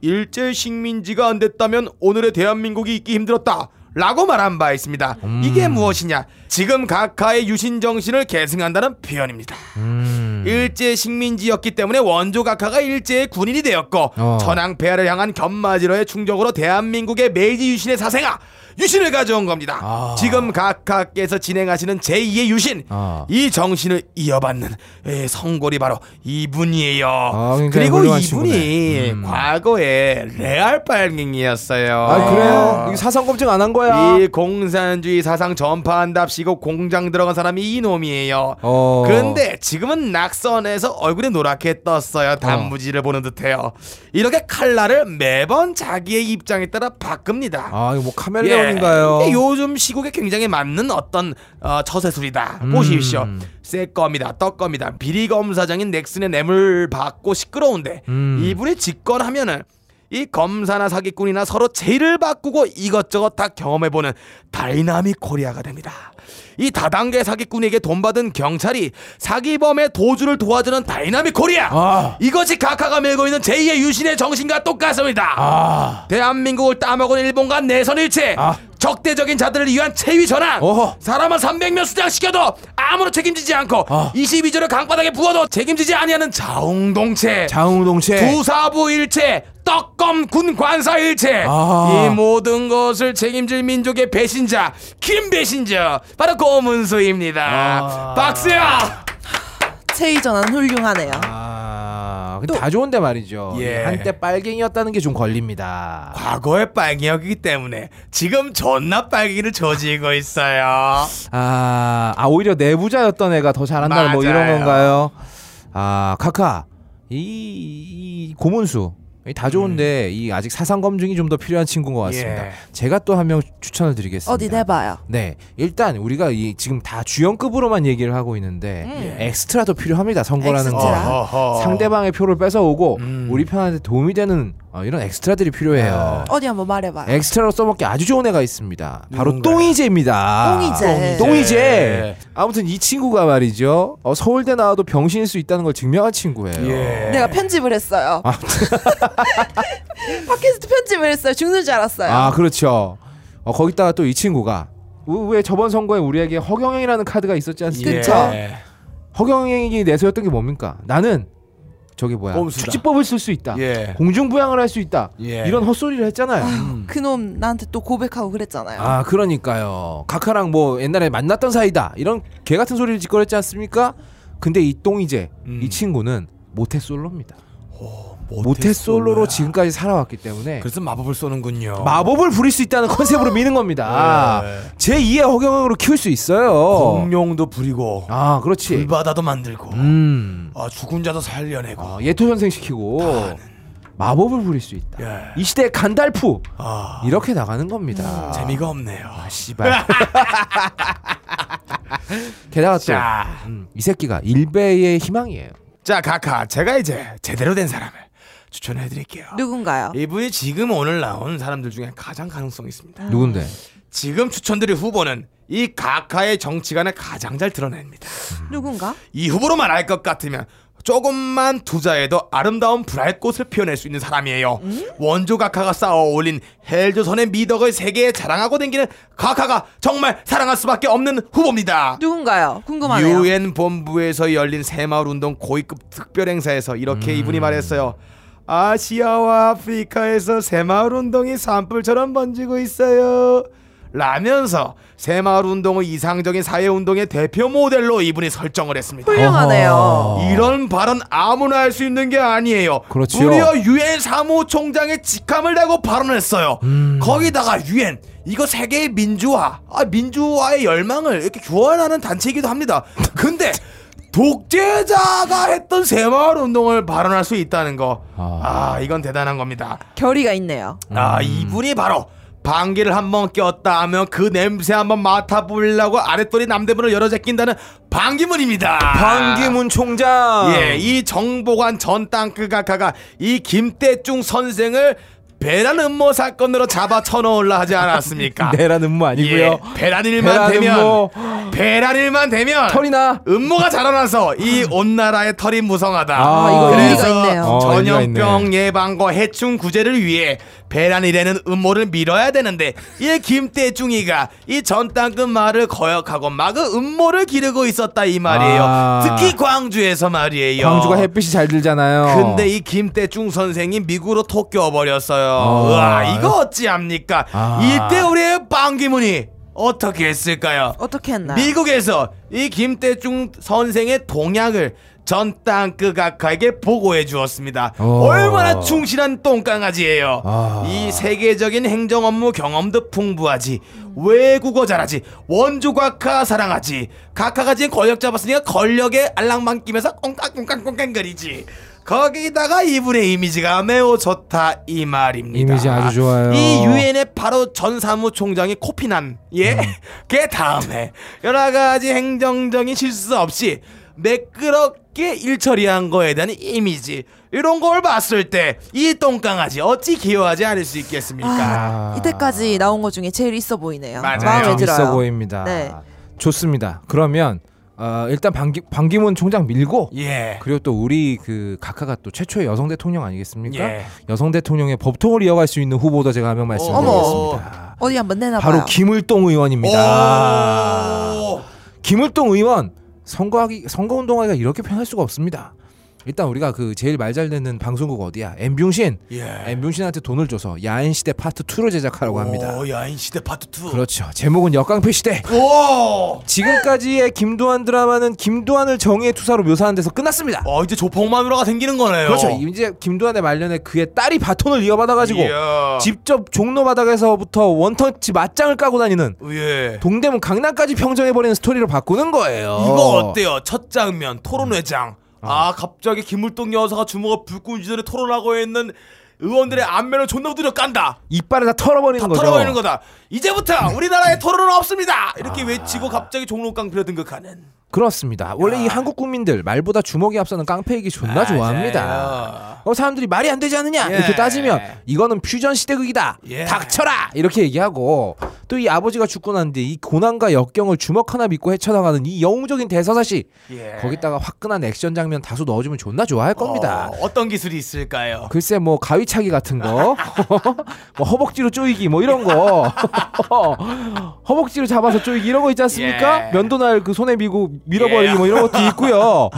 [SPEAKER 3] 일제 식민지가 안 됐다면 오늘의 대한민국이 있기 힘들었다. 라고 말한 바 있습니다.
[SPEAKER 2] 음.
[SPEAKER 3] 이게 무엇이냐? 지금 각하의 유신 정신을 계승한다는 표현입니다.
[SPEAKER 2] 음,
[SPEAKER 3] 음. 일제 식민지였기 때문에 원조 각하가 일제의 군인이 되었고
[SPEAKER 2] 어.
[SPEAKER 3] 천황 폐하를 향한 견마지로의 충격으로 대한민국의 메이지 유신의 사생아 유신을 가져온 겁니다.
[SPEAKER 2] 아.
[SPEAKER 3] 지금 각하께서 진행하시는 제2의 유신
[SPEAKER 2] 아.
[SPEAKER 3] 이 정신을 이어받는 에, 성골이 바로 이분이에요.
[SPEAKER 2] 그러니까
[SPEAKER 3] 그리고
[SPEAKER 2] 훌륭한
[SPEAKER 3] 이분이 아,
[SPEAKER 2] 친구네. 음.
[SPEAKER 3] 과거에 레알 빨갱이였어요.
[SPEAKER 2] 아 그래요? 이거 사상 검증 안 한 거야.
[SPEAKER 3] 이 공산주의 사상 전파한답시고 공장 들어간 사람이 이놈이에요.
[SPEAKER 2] 어.
[SPEAKER 3] 근데 지금은 낙선해서 얼굴이 노랗게 떴어요. 단무지를 보는 듯해요. 이렇게 칼날을 매번 자기의 입장에 따라 바꿉니다.
[SPEAKER 2] 아 이거 뭐 카멜레온인가요?
[SPEAKER 3] 예, 요즘 시국에 굉장히 맞는 어떤 어, 처세술이다.
[SPEAKER 2] 음.
[SPEAKER 3] 보십시오. 새 겁니다. 떡 겁니다. 비리 검사장인 넥슨의 뇌물 받고 시끄러운데
[SPEAKER 2] 음.
[SPEAKER 3] 이분이 집권하면은 이 검사나 사기꾼이나 서로 죄를 바꾸고 이것저것 다 경험해보는 다이나믹 코리아가 됩니다. 이 다단계 사기꾼에게 돈 받은 경찰이 사기범의 도주를 도와주는 다이나믹 코리아.
[SPEAKER 2] 아.
[SPEAKER 3] 이것이 각하가 메고 있는 제2의 유신의 정신과 똑같습니다.
[SPEAKER 2] 아.
[SPEAKER 3] 대한민국을 따먹은 일본과 내선일체
[SPEAKER 2] 아.
[SPEAKER 3] 적대적인 자들을 위한 체위 전환
[SPEAKER 2] 어허.
[SPEAKER 3] 사람은 300명 수장시켜도 아무런 책임지지 않고
[SPEAKER 2] 아.
[SPEAKER 3] 22조를 강바닥에 부어도 책임지지 아니하는 자웅동체
[SPEAKER 2] 장우동체.
[SPEAKER 3] 두사부일체 떡검 군관사일체
[SPEAKER 2] 아.
[SPEAKER 3] 이 모든 것을 책임질 민족의 배신자 김배신자 바로 고문수입니다 아. 박수야
[SPEAKER 1] 체이 전환 훌륭하네요.
[SPEAKER 2] 아 근데 다 좋은데 말이죠.
[SPEAKER 3] 예.
[SPEAKER 2] 한때 빨갱이였다는 게 좀 걸립니다.
[SPEAKER 3] 과거의 빨갱이었기 때문에 지금 존나 빨갱이를 저지르고 있어요
[SPEAKER 2] 아, 아 오히려 내부자였던 애가 더 잘한다 뭐 이런
[SPEAKER 3] 맞아요.
[SPEAKER 2] 건가요? 아 카카 이, 이 고문수 이다 좋은데 이 아직 사상 검증이 좀 더 필요한 친구인 것 같습니다.
[SPEAKER 3] 음. 예.
[SPEAKER 2] 제가 또 한 명 추천을 드리겠습니다.
[SPEAKER 1] 어디 내봐요.
[SPEAKER 2] 네, 일단 우리가 이 지금 다 주연급으로만 얘기를 하고 있는데 엑스트라도 필요합니다. 선거라는 거
[SPEAKER 1] 음. 엑스트라.
[SPEAKER 3] 예. 어허.
[SPEAKER 2] 상대방의 표를 뺏어오고
[SPEAKER 3] 음.
[SPEAKER 2] 우리 편한테 도움이 되는 어, 이런 엑스트라들이
[SPEAKER 3] 아.
[SPEAKER 2] 필요해요.
[SPEAKER 1] 어디 한번 말해봐요.
[SPEAKER 2] 엑스트라로 써먹기 아주 좋은 애가 있습니다. 바로
[SPEAKER 3] 누군가요? 네.
[SPEAKER 2] 똥이제입니다.
[SPEAKER 1] 똥이제.
[SPEAKER 2] 똥이제. 아무튼 이 친구가 말이죠. 어, 서울대 나와도 병신일 수 있다는 걸 증명한 친구예요.
[SPEAKER 3] 예.
[SPEAKER 1] 내가 편집을 했어요.
[SPEAKER 2] 아.
[SPEAKER 1] [LAUGHS] 팟캐스트 편집을 했어요. 죽는 줄 알았어요.
[SPEAKER 2] 아 그렇죠. 어, 거기다가 또 이 친구가 우- 왜 저번 선거에 우리에게 허경영이라는 카드가 있었지 않습니까?
[SPEAKER 1] 그쵸?
[SPEAKER 3] 예.
[SPEAKER 2] 허경영이 내세웠던 게 뭡니까? 나는 저게 뭐야?
[SPEAKER 3] 꼼수다.
[SPEAKER 2] 축지법을 쓸 수 있다.
[SPEAKER 3] 예.
[SPEAKER 2] 공중부양을 할 수 있다.
[SPEAKER 3] 예.
[SPEAKER 2] 이런 헛소리를 했잖아요.
[SPEAKER 1] 그놈 나한테 또 고백하고 그랬잖아요.
[SPEAKER 2] 음. 아 그러니까요 각하랑 뭐 옛날에 만났던 사이다 이런 개 같은 소리를 짓거렸지 않습니까 근데 이 똥이제
[SPEAKER 3] 음.
[SPEAKER 2] 이 친구는 모태솔로입니다 모태솔로로 지금까지 살아왔기 때문에
[SPEAKER 3] 그래서 마법을 쏘는군요.
[SPEAKER 2] 마법을 부릴 수 있다는 컨셉으로 미는 겁니다 제 2의 허경영으로 키울 수 있어요
[SPEAKER 3] 네. 공룡도 부리고
[SPEAKER 2] 아 그렇지
[SPEAKER 3] 불바다도 만들고
[SPEAKER 2] 음
[SPEAKER 3] 아, 죽은 자도 살려내고
[SPEAKER 2] 아, 예토 전생시키고 마법을 부릴 수 있다
[SPEAKER 3] 예.
[SPEAKER 2] 이 시대의 간달프
[SPEAKER 3] 아,
[SPEAKER 2] 이렇게 나가는 겁니다
[SPEAKER 3] 재미가 없네요. 아,
[SPEAKER 2] 씨발. [LAUGHS] 게다가 또
[SPEAKER 3] 자.
[SPEAKER 2] 음, 이 새끼가 일베의 희망이에요.
[SPEAKER 3] 자 카카 제가 이제 제대로 된 사람을 추천해드릴게요.
[SPEAKER 1] 누군가요?
[SPEAKER 3] 이분이 지금 오늘 나온 사람들 중에 가장 가능성이 있습니다.
[SPEAKER 2] 누군데?
[SPEAKER 3] 지금 추천드릴 후보는 이 카카의 정치관을 가장 잘 드러냅니다.
[SPEAKER 1] 누군가?
[SPEAKER 3] 이 후보로 말할 것 같으면 조금만 투자해도 아름다운 브랄꽃을 피워낼 수 있는 사람이에요. 원조 각하가 쌓아 올린 헬조선의 미덕을 세계에 자랑하고 댕기는 각하가 정말 사랑할 수밖에 없는 후보입니다.
[SPEAKER 1] 누군가요? 궁금하네요.
[SPEAKER 3] 유엔 본부에서 열린 새마을 운동 고위급 특별 행사에서
[SPEAKER 1] 음.
[SPEAKER 3] 이렇게 이분이 말했어요. 아시아와 아프리카에서 새마을 운동이 산불처럼 번지고 있어요. 라면서 새마을 운동을 이상적인 사회 운동의 대표 모델로 이분이 설정을 했습니다.
[SPEAKER 1] 훌륭하네요.
[SPEAKER 2] 어허.
[SPEAKER 3] 이런 발언 아무나 할 수 있는 게 아니에요.
[SPEAKER 2] 그렇지요.
[SPEAKER 3] 무려 유엔 사무총장의 직함을 달고 발언했어요.
[SPEAKER 2] 음.
[SPEAKER 3] 거기다가 유엔 이거 세계의 민주화, 아, 민주화의 열망을 이렇게 교환하는
[SPEAKER 2] [LAUGHS]
[SPEAKER 3] 단체이기도 합니다. 근데 독재자가 했던 새마을 운동을 발언할 수 있다는 거,
[SPEAKER 2] 아. 음.
[SPEAKER 3] 아 이건 대단한 겁니다.
[SPEAKER 1] 결의가 있네요.
[SPEAKER 3] 아 이분이 바로 방귀를 한 번 꼈다 하면 그 냄새 한번 맡아보려고 아랫돌이 남대문을 열어 제낀다는 방귀문입니다.
[SPEAKER 2] 반기문 총장.
[SPEAKER 3] 예, 이 정보관 전 땅크 각하가 이 김대중 선생을 배란 음모 사건으로 잡아 쳐넣으려
[SPEAKER 2] [LAUGHS]
[SPEAKER 3] 하지 않았습니까?
[SPEAKER 2] 내란 음모 아니고요.
[SPEAKER 3] 예, 뭐 배란 일만
[SPEAKER 2] 배란
[SPEAKER 3] 되면
[SPEAKER 2] 음모.
[SPEAKER 3] 배란 일만 되면
[SPEAKER 2] 털이나
[SPEAKER 3] 음모가 자라나서 이 온 나라의 털이 무성하다.
[SPEAKER 2] 아, 이거
[SPEAKER 1] 의미가 있네요.
[SPEAKER 3] 그래서
[SPEAKER 2] 어, 의미가
[SPEAKER 3] 전염병 예방과 해충 구제를 위해 배란일에는 음모를 밀어야 되는데 이 김대중이가 이 전당금 말을 거역하고 마구 음모를 기르고 있었다 이 말이에요.
[SPEAKER 2] 아.
[SPEAKER 3] 특히 광주에서 말이에요.
[SPEAKER 2] 광주가 햇빛이 잘 들잖아요.
[SPEAKER 3] 근데 이 김대중 선생이 미국으로 토끼어 버렸어요.
[SPEAKER 2] 아.
[SPEAKER 3] 우와 이거 어찌합니까?
[SPEAKER 2] 아.
[SPEAKER 3] 이때 우리의 빵기문이 어떻게 했을까요?
[SPEAKER 1] 어떻게 했나요?
[SPEAKER 3] 미국에서 이 김대중 선생의 동향을 전 땅크 각하에게 보고해 주었습니다.
[SPEAKER 2] 오.
[SPEAKER 3] 얼마나 충실한 똥강아지예요.
[SPEAKER 2] 어. 아.
[SPEAKER 3] 이 세계적인 행정 업무 경험도 풍부하지, 외국어 잘하지, 원조 각하 사랑하지, 각하가 지금 권력 잡았으니까 권력에 알랑망 끼면서 꽁깡꽁깡꽁깡거리지. 거기다가 이분의 이미지가 매우 좋다 이 말입니다.
[SPEAKER 2] 이미지 아주 좋아요.
[SPEAKER 3] 이 유엔의 바로 전 사무총장이 코피난 예,
[SPEAKER 2] 음.
[SPEAKER 3] [LAUGHS] 그 다음에 여러 가지 행정적인 실수 없이 매끄럽게 일처리한 거에 대한 이미지 이런 걸 봤을 때 이 똥강아지 어찌 기여하지 않을 수 있겠습니까?
[SPEAKER 1] 아, 이때까지 나온 것 중에 제일 있어 보이네요.
[SPEAKER 3] 맞아요.
[SPEAKER 1] 마음에
[SPEAKER 2] 좀
[SPEAKER 1] 들어요.
[SPEAKER 2] 있어 보입니다.
[SPEAKER 1] 네.
[SPEAKER 2] 좋습니다. 그러면 어, 일단 반기, 반기문 총장 밀고
[SPEAKER 3] 예,
[SPEAKER 2] 그리고 또 우리 그 각하가 또 최초의 여성 대통령 아니겠습니까?
[SPEAKER 3] 예.
[SPEAKER 2] 여성 대통령의 법통을 이어갈 수 있는 후보도 제가 한 명 말씀드리겠습니다.
[SPEAKER 1] 어디 한번 내놔봐요.
[SPEAKER 2] 바로 김을동 의원입니다.
[SPEAKER 3] 오,
[SPEAKER 2] 김을동 의원 선거하기 선거 운동하기가 이렇게 편할 수가 없습니다. 일단 우리가 그 제일 말 잘 듣는 방송국 어디야? 엠뷸신.
[SPEAKER 3] 예,
[SPEAKER 2] 엠뷸신한테 돈을 줘서 야인 시대 파트 2를 제작하라고 합니다.
[SPEAKER 3] 오, 야인 어, 시대 파트 2.
[SPEAKER 2] 그렇죠. 제목은 역강패 시대.
[SPEAKER 3] 오,
[SPEAKER 2] 지금까지의 김도한 드라마는 김도한을 정의의 투사로 묘사한 데서 끝났습니다.
[SPEAKER 3] 어 이제 조폭 마누라가 생기는 거네요.
[SPEAKER 2] 그렇죠. 이제 김도한의 말년에 그의 딸이 바톤을 이어받아가지고
[SPEAKER 3] 이야.
[SPEAKER 2] 직접 종로 바닥에서부터 원터치 맞짱을 까고 다니는
[SPEAKER 3] 예.
[SPEAKER 2] 동대문 강남까지 평정해버리는 스토리로 바꾸는 거예요.
[SPEAKER 3] 이거 어때요? 첫 장면 토론회장. 아 갑자기 김물동 여사가 주먹을 불끈 쥐더니 토론하고 있는 의원들의 안면을 존나 두드려 깐다.
[SPEAKER 2] 이빨을 다 털어버리는
[SPEAKER 3] 다
[SPEAKER 2] 거죠. 음.
[SPEAKER 3] 털어버리는 거다. 이제부터 우리나라에 토론은 없습니다.
[SPEAKER 2] 아.
[SPEAKER 3] 이렇게 외치고 갑자기 종로깡패로 등극하는.
[SPEAKER 2] 그렇습니다. 원래 이 한국 국민들 말보다 주먹이 앞서는 깡패이기 존나 좋아합니다. 어, 사람들이 말이 안 되지 않느냐
[SPEAKER 3] 예.
[SPEAKER 2] 이렇게 따지면 이거는 퓨전 시대극이다.
[SPEAKER 3] 예.
[SPEAKER 2] 닥쳐라 이렇게 얘기하고 또 이 아버지가 죽고 난 뒤 이 고난과 역경을 주먹 하나 믿고 헤쳐나가는 이 영웅적인 대서사시
[SPEAKER 3] 예.
[SPEAKER 2] 거기다가 화끈한 액션 장면 다수 넣어주면 존나 좋아할 겁니다.
[SPEAKER 3] 어, 떤 기술이 있을까요?
[SPEAKER 2] 글쎄 뭐 가위차기 같은 거, [LAUGHS] 뭐 허벅지로 쪼이기 뭐 이런 거, [LAUGHS] 허벅지로 잡아서 쪼이기 이런 거 있지 않습니까?
[SPEAKER 3] 예.
[SPEAKER 2] 면도날 그 손에 미고 밀어버리기 뭐 이런 것도 있고요.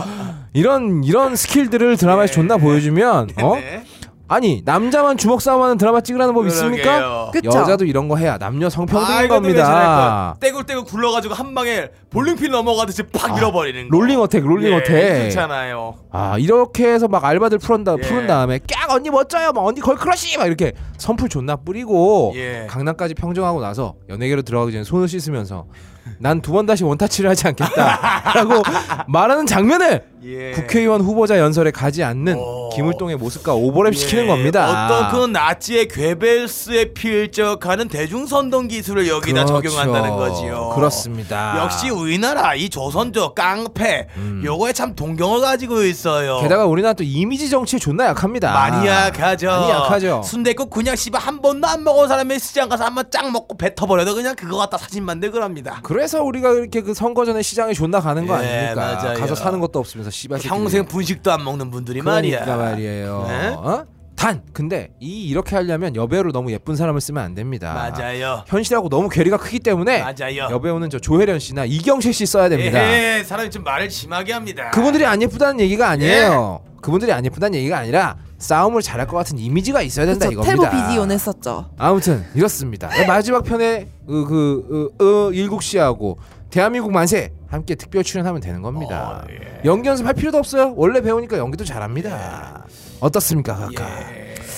[SPEAKER 2] 이런 이런 스킬들을 드라마에서 존나 보여주면 어?
[SPEAKER 3] 예. 네.
[SPEAKER 2] 아니 남자만 주먹 싸움하는 드라마 찍으라는 법 있습니까?
[SPEAKER 3] 그러게요.
[SPEAKER 1] 그쵸?
[SPEAKER 2] 여자도 이런 거 해야 남녀
[SPEAKER 3] 아,
[SPEAKER 2] 성평등인
[SPEAKER 3] 이것도
[SPEAKER 2] 겁니다.
[SPEAKER 3] 괜찮을 것. 떼굴떼굴 굴러가지고 한 방에 볼링핀 넘어가듯이 팍 잃어버리는 거.
[SPEAKER 2] 아, 롤링 어택, 롤링
[SPEAKER 3] 예,
[SPEAKER 2] 어택.
[SPEAKER 3] 괜찮아요.
[SPEAKER 2] 아 이렇게 해서 막 알바들 푸른, 다,
[SPEAKER 3] 예.
[SPEAKER 2] 푸른 다음에 깍 언니 멋져요 막 언니 걸크러쉬 막 이렇게 선풀 존나 뿌리고
[SPEAKER 3] 예.
[SPEAKER 2] 강남까지 평정하고 나서 연예계로 들어가기 전에 손을 씻으면서 난 두 번 다시 원타치를 하지
[SPEAKER 3] [LAUGHS]
[SPEAKER 2] 않겠다 라고 말하는 장면을
[SPEAKER 3] 예.
[SPEAKER 2] 국회의원 후보자 연설에 가지 않는
[SPEAKER 3] 오.
[SPEAKER 2] 김울동의 모습과 오버랩 시키는
[SPEAKER 3] 예,
[SPEAKER 2] 겁니다
[SPEAKER 3] 어떤 그 나치의 괴벨스에 필적하는 대중선동 기술을 여기다
[SPEAKER 2] 그렇죠.
[SPEAKER 3] 적용한다는 거지요.
[SPEAKER 2] 그렇습니다
[SPEAKER 3] 역시 우리나라 이 조선조 깡패 요거에 참 동경을 가지고 있어요.
[SPEAKER 2] 음. 게다가 우리나라 또 이미지 정치에 존나 약합니다
[SPEAKER 3] 많이 약하죠.
[SPEAKER 2] 많이 약하죠
[SPEAKER 3] 순대국 그냥 씨발 한 번도 안 먹은 사람이 시장 가서 한 번 짱 먹고 뱉어버려도 그냥 그거 갖다 사진 만들그럽니다.
[SPEAKER 2] 그래서 우리가 이렇게 그 선거 전에 시장에 존나 가는 거
[SPEAKER 3] 예,
[SPEAKER 2] 아닙니까?
[SPEAKER 3] 맞아요.
[SPEAKER 2] 가서 사는 것도 없으면서 씨발 새끼들.
[SPEAKER 8] 평생 분식도 안 먹는 분들이
[SPEAKER 2] 그렇죠. 그러니까
[SPEAKER 8] 말이야.
[SPEAKER 2] 말이에요.
[SPEAKER 8] 네?
[SPEAKER 2] 어? 단 근데 이 이렇게 하려면 여배우로 너무 예쁜 사람을 쓰면 안 됩니다.
[SPEAKER 8] 맞아요.
[SPEAKER 2] 현실하고 너무 괴리가 크기 때문에
[SPEAKER 8] 맞아요.
[SPEAKER 2] 여배우는 저 조혜련 씨나 이경식 씨 써야 됩니다.
[SPEAKER 8] 에헤, 예, 사람이 좀 말을 심하게 합니다.
[SPEAKER 2] 그분들이 안 예쁘다는 얘기가 아니에요. 그분들이 안 예쁘다는 얘기가 아니라 싸움을 잘할 것 같은 이미지가 있어야 된다
[SPEAKER 1] 그쵸,
[SPEAKER 2] 이겁니다.
[SPEAKER 1] 테보 비디오 냈었죠.
[SPEAKER 2] 아무튼 이렇습니다. 네, 마지막 편에 그, 그 어, 어, 일국 씨하고 대한민국 만세 함께 특별 출연하면 되는 겁니다.
[SPEAKER 8] 어, 예.
[SPEAKER 2] 연기 연습할 필요도 없어요. 원래 배우니까 연기도 잘합니다.
[SPEAKER 8] 예.
[SPEAKER 2] 어떻습니까, 각하?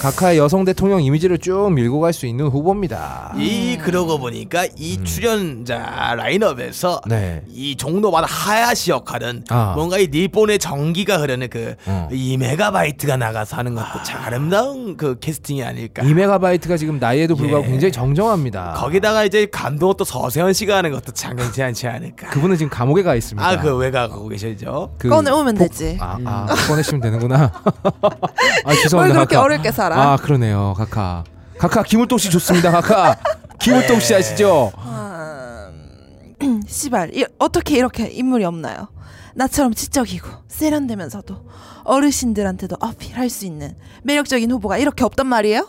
[SPEAKER 2] 각하의 여성 대통령 이미지를 쭉 밀고 갈 수 있는 후보입니다.
[SPEAKER 8] 이 그러고 보니까 이 출연자 라인업에서
[SPEAKER 2] 음. 네.
[SPEAKER 8] 이 종로마다 하야시 역할은
[SPEAKER 2] 아.
[SPEAKER 8] 뭔가 이 일본의 전기가 흐르는 그
[SPEAKER 2] 어. 아.
[SPEAKER 8] 이 메가바이트가 나가서 하는 것도 참 아름다운 그 캐스팅이 아닐까.
[SPEAKER 2] 2메가바이트가 아. 지금 나이에도 불구하고
[SPEAKER 8] 예.
[SPEAKER 2] 굉장히 정정합니다.
[SPEAKER 8] 거기다가 이제 감독 또 서세현 씨가 하는 것도 참 괜찮지 않을까.
[SPEAKER 2] 그분은 지금 감옥에 가 있습니다.
[SPEAKER 8] 아 그 왜 가고 계시죠?
[SPEAKER 2] 그
[SPEAKER 1] 꺼내오면
[SPEAKER 2] 복-
[SPEAKER 1] 되지.
[SPEAKER 2] 아, 아
[SPEAKER 1] [LAUGHS]
[SPEAKER 2] 꺼내시면 되는구나. 아
[SPEAKER 1] 음. 뭘
[SPEAKER 2] 죄송합니다.
[SPEAKER 1] 그렇게
[SPEAKER 2] 각하.
[SPEAKER 1] 어렵게 살아?
[SPEAKER 2] 아 그러네요, 카카. 카카 김울동 씨 좋습니다, 카카. 김울동
[SPEAKER 8] 네.
[SPEAKER 2] 씨 아시죠?
[SPEAKER 1] 아, 음, [CLEARS THROAT] 씨발 이- 어떻게 이렇게 인물이 없나요? 나처럼 지적이고 세련되면서도 어르신들한테도 어필할 수 있는 매력적인 후보가 이렇게 없단 말이에요?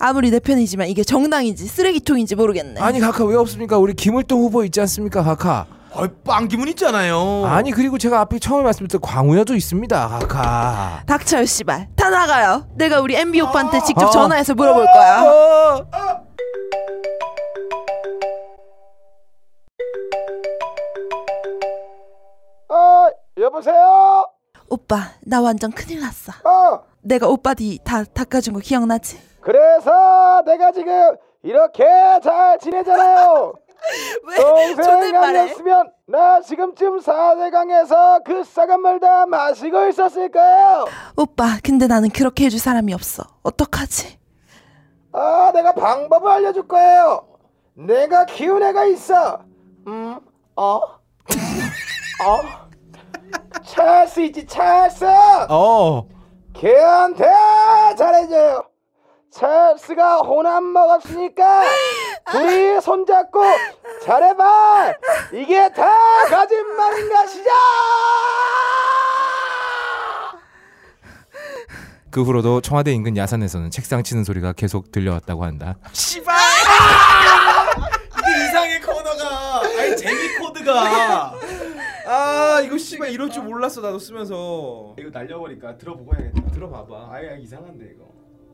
[SPEAKER 1] 아무리 내 편이지만 이게 정당인지 쓰레기통인지 모르겠네.
[SPEAKER 2] 아니 카카 왜 없습니까? 우리 김울동 후보 있지 않습니까, 카카?
[SPEAKER 8] 어이 빵기문 있잖아요.
[SPEAKER 2] 아니 그리고 제가 앞에 처음에 말씀드렸던 광우여도 있습니다, 카카.
[SPEAKER 1] 닥쳐요 씨발 다 나가요. 내가 우리 MB 오빠한테 직접
[SPEAKER 2] 아.
[SPEAKER 1] 전화해서 물어볼 거야.
[SPEAKER 3] 어! 여보세요?
[SPEAKER 1] 오빠 나 완전 큰일 났어.
[SPEAKER 2] 아.
[SPEAKER 3] 어,
[SPEAKER 1] 내가 오빠 뒤 다 닦아준 거 기억나지?
[SPEAKER 3] 그래서 내가 지금 이렇게 잘 지내잖아요.
[SPEAKER 1] 왜
[SPEAKER 2] 어,
[SPEAKER 3] 동생이
[SPEAKER 1] [LAUGHS] 존댓말해?
[SPEAKER 3] 아니었으면 나 지금쯤 사대강에서 그 싸간 물 다 마시고 있었을 거예요.
[SPEAKER 1] 오빠 근데 나는 그렇게 해줄 사람이 없어. 어떡하지?
[SPEAKER 3] 아, 내가 방법을 알려줄 거예요. 내가 키운 애가 있어. 음, 어, [LAUGHS] 어, 찰스 있지, 찰스.
[SPEAKER 2] 어.
[SPEAKER 3] 걔한테 잘해줘요. 찰스가 호남 먹었으니까 둘이 손잡고 잘해봐. 이게 다 거짓말인가 시작.
[SPEAKER 2] 그 후로도 청와대 인근 야산에서는 책상 치는 소리가 계속 들려왔다고 한다.
[SPEAKER 8] 씨발! 그 이게 이상해 코너가. 아니 재미 코드가.
[SPEAKER 2] 아 이거 씨발 이럴 줄 몰랐어 나도 쓰면서 이거 날려버릴까 들어보고 해야겠다 들어봐봐
[SPEAKER 3] 아예 이상한데 이거.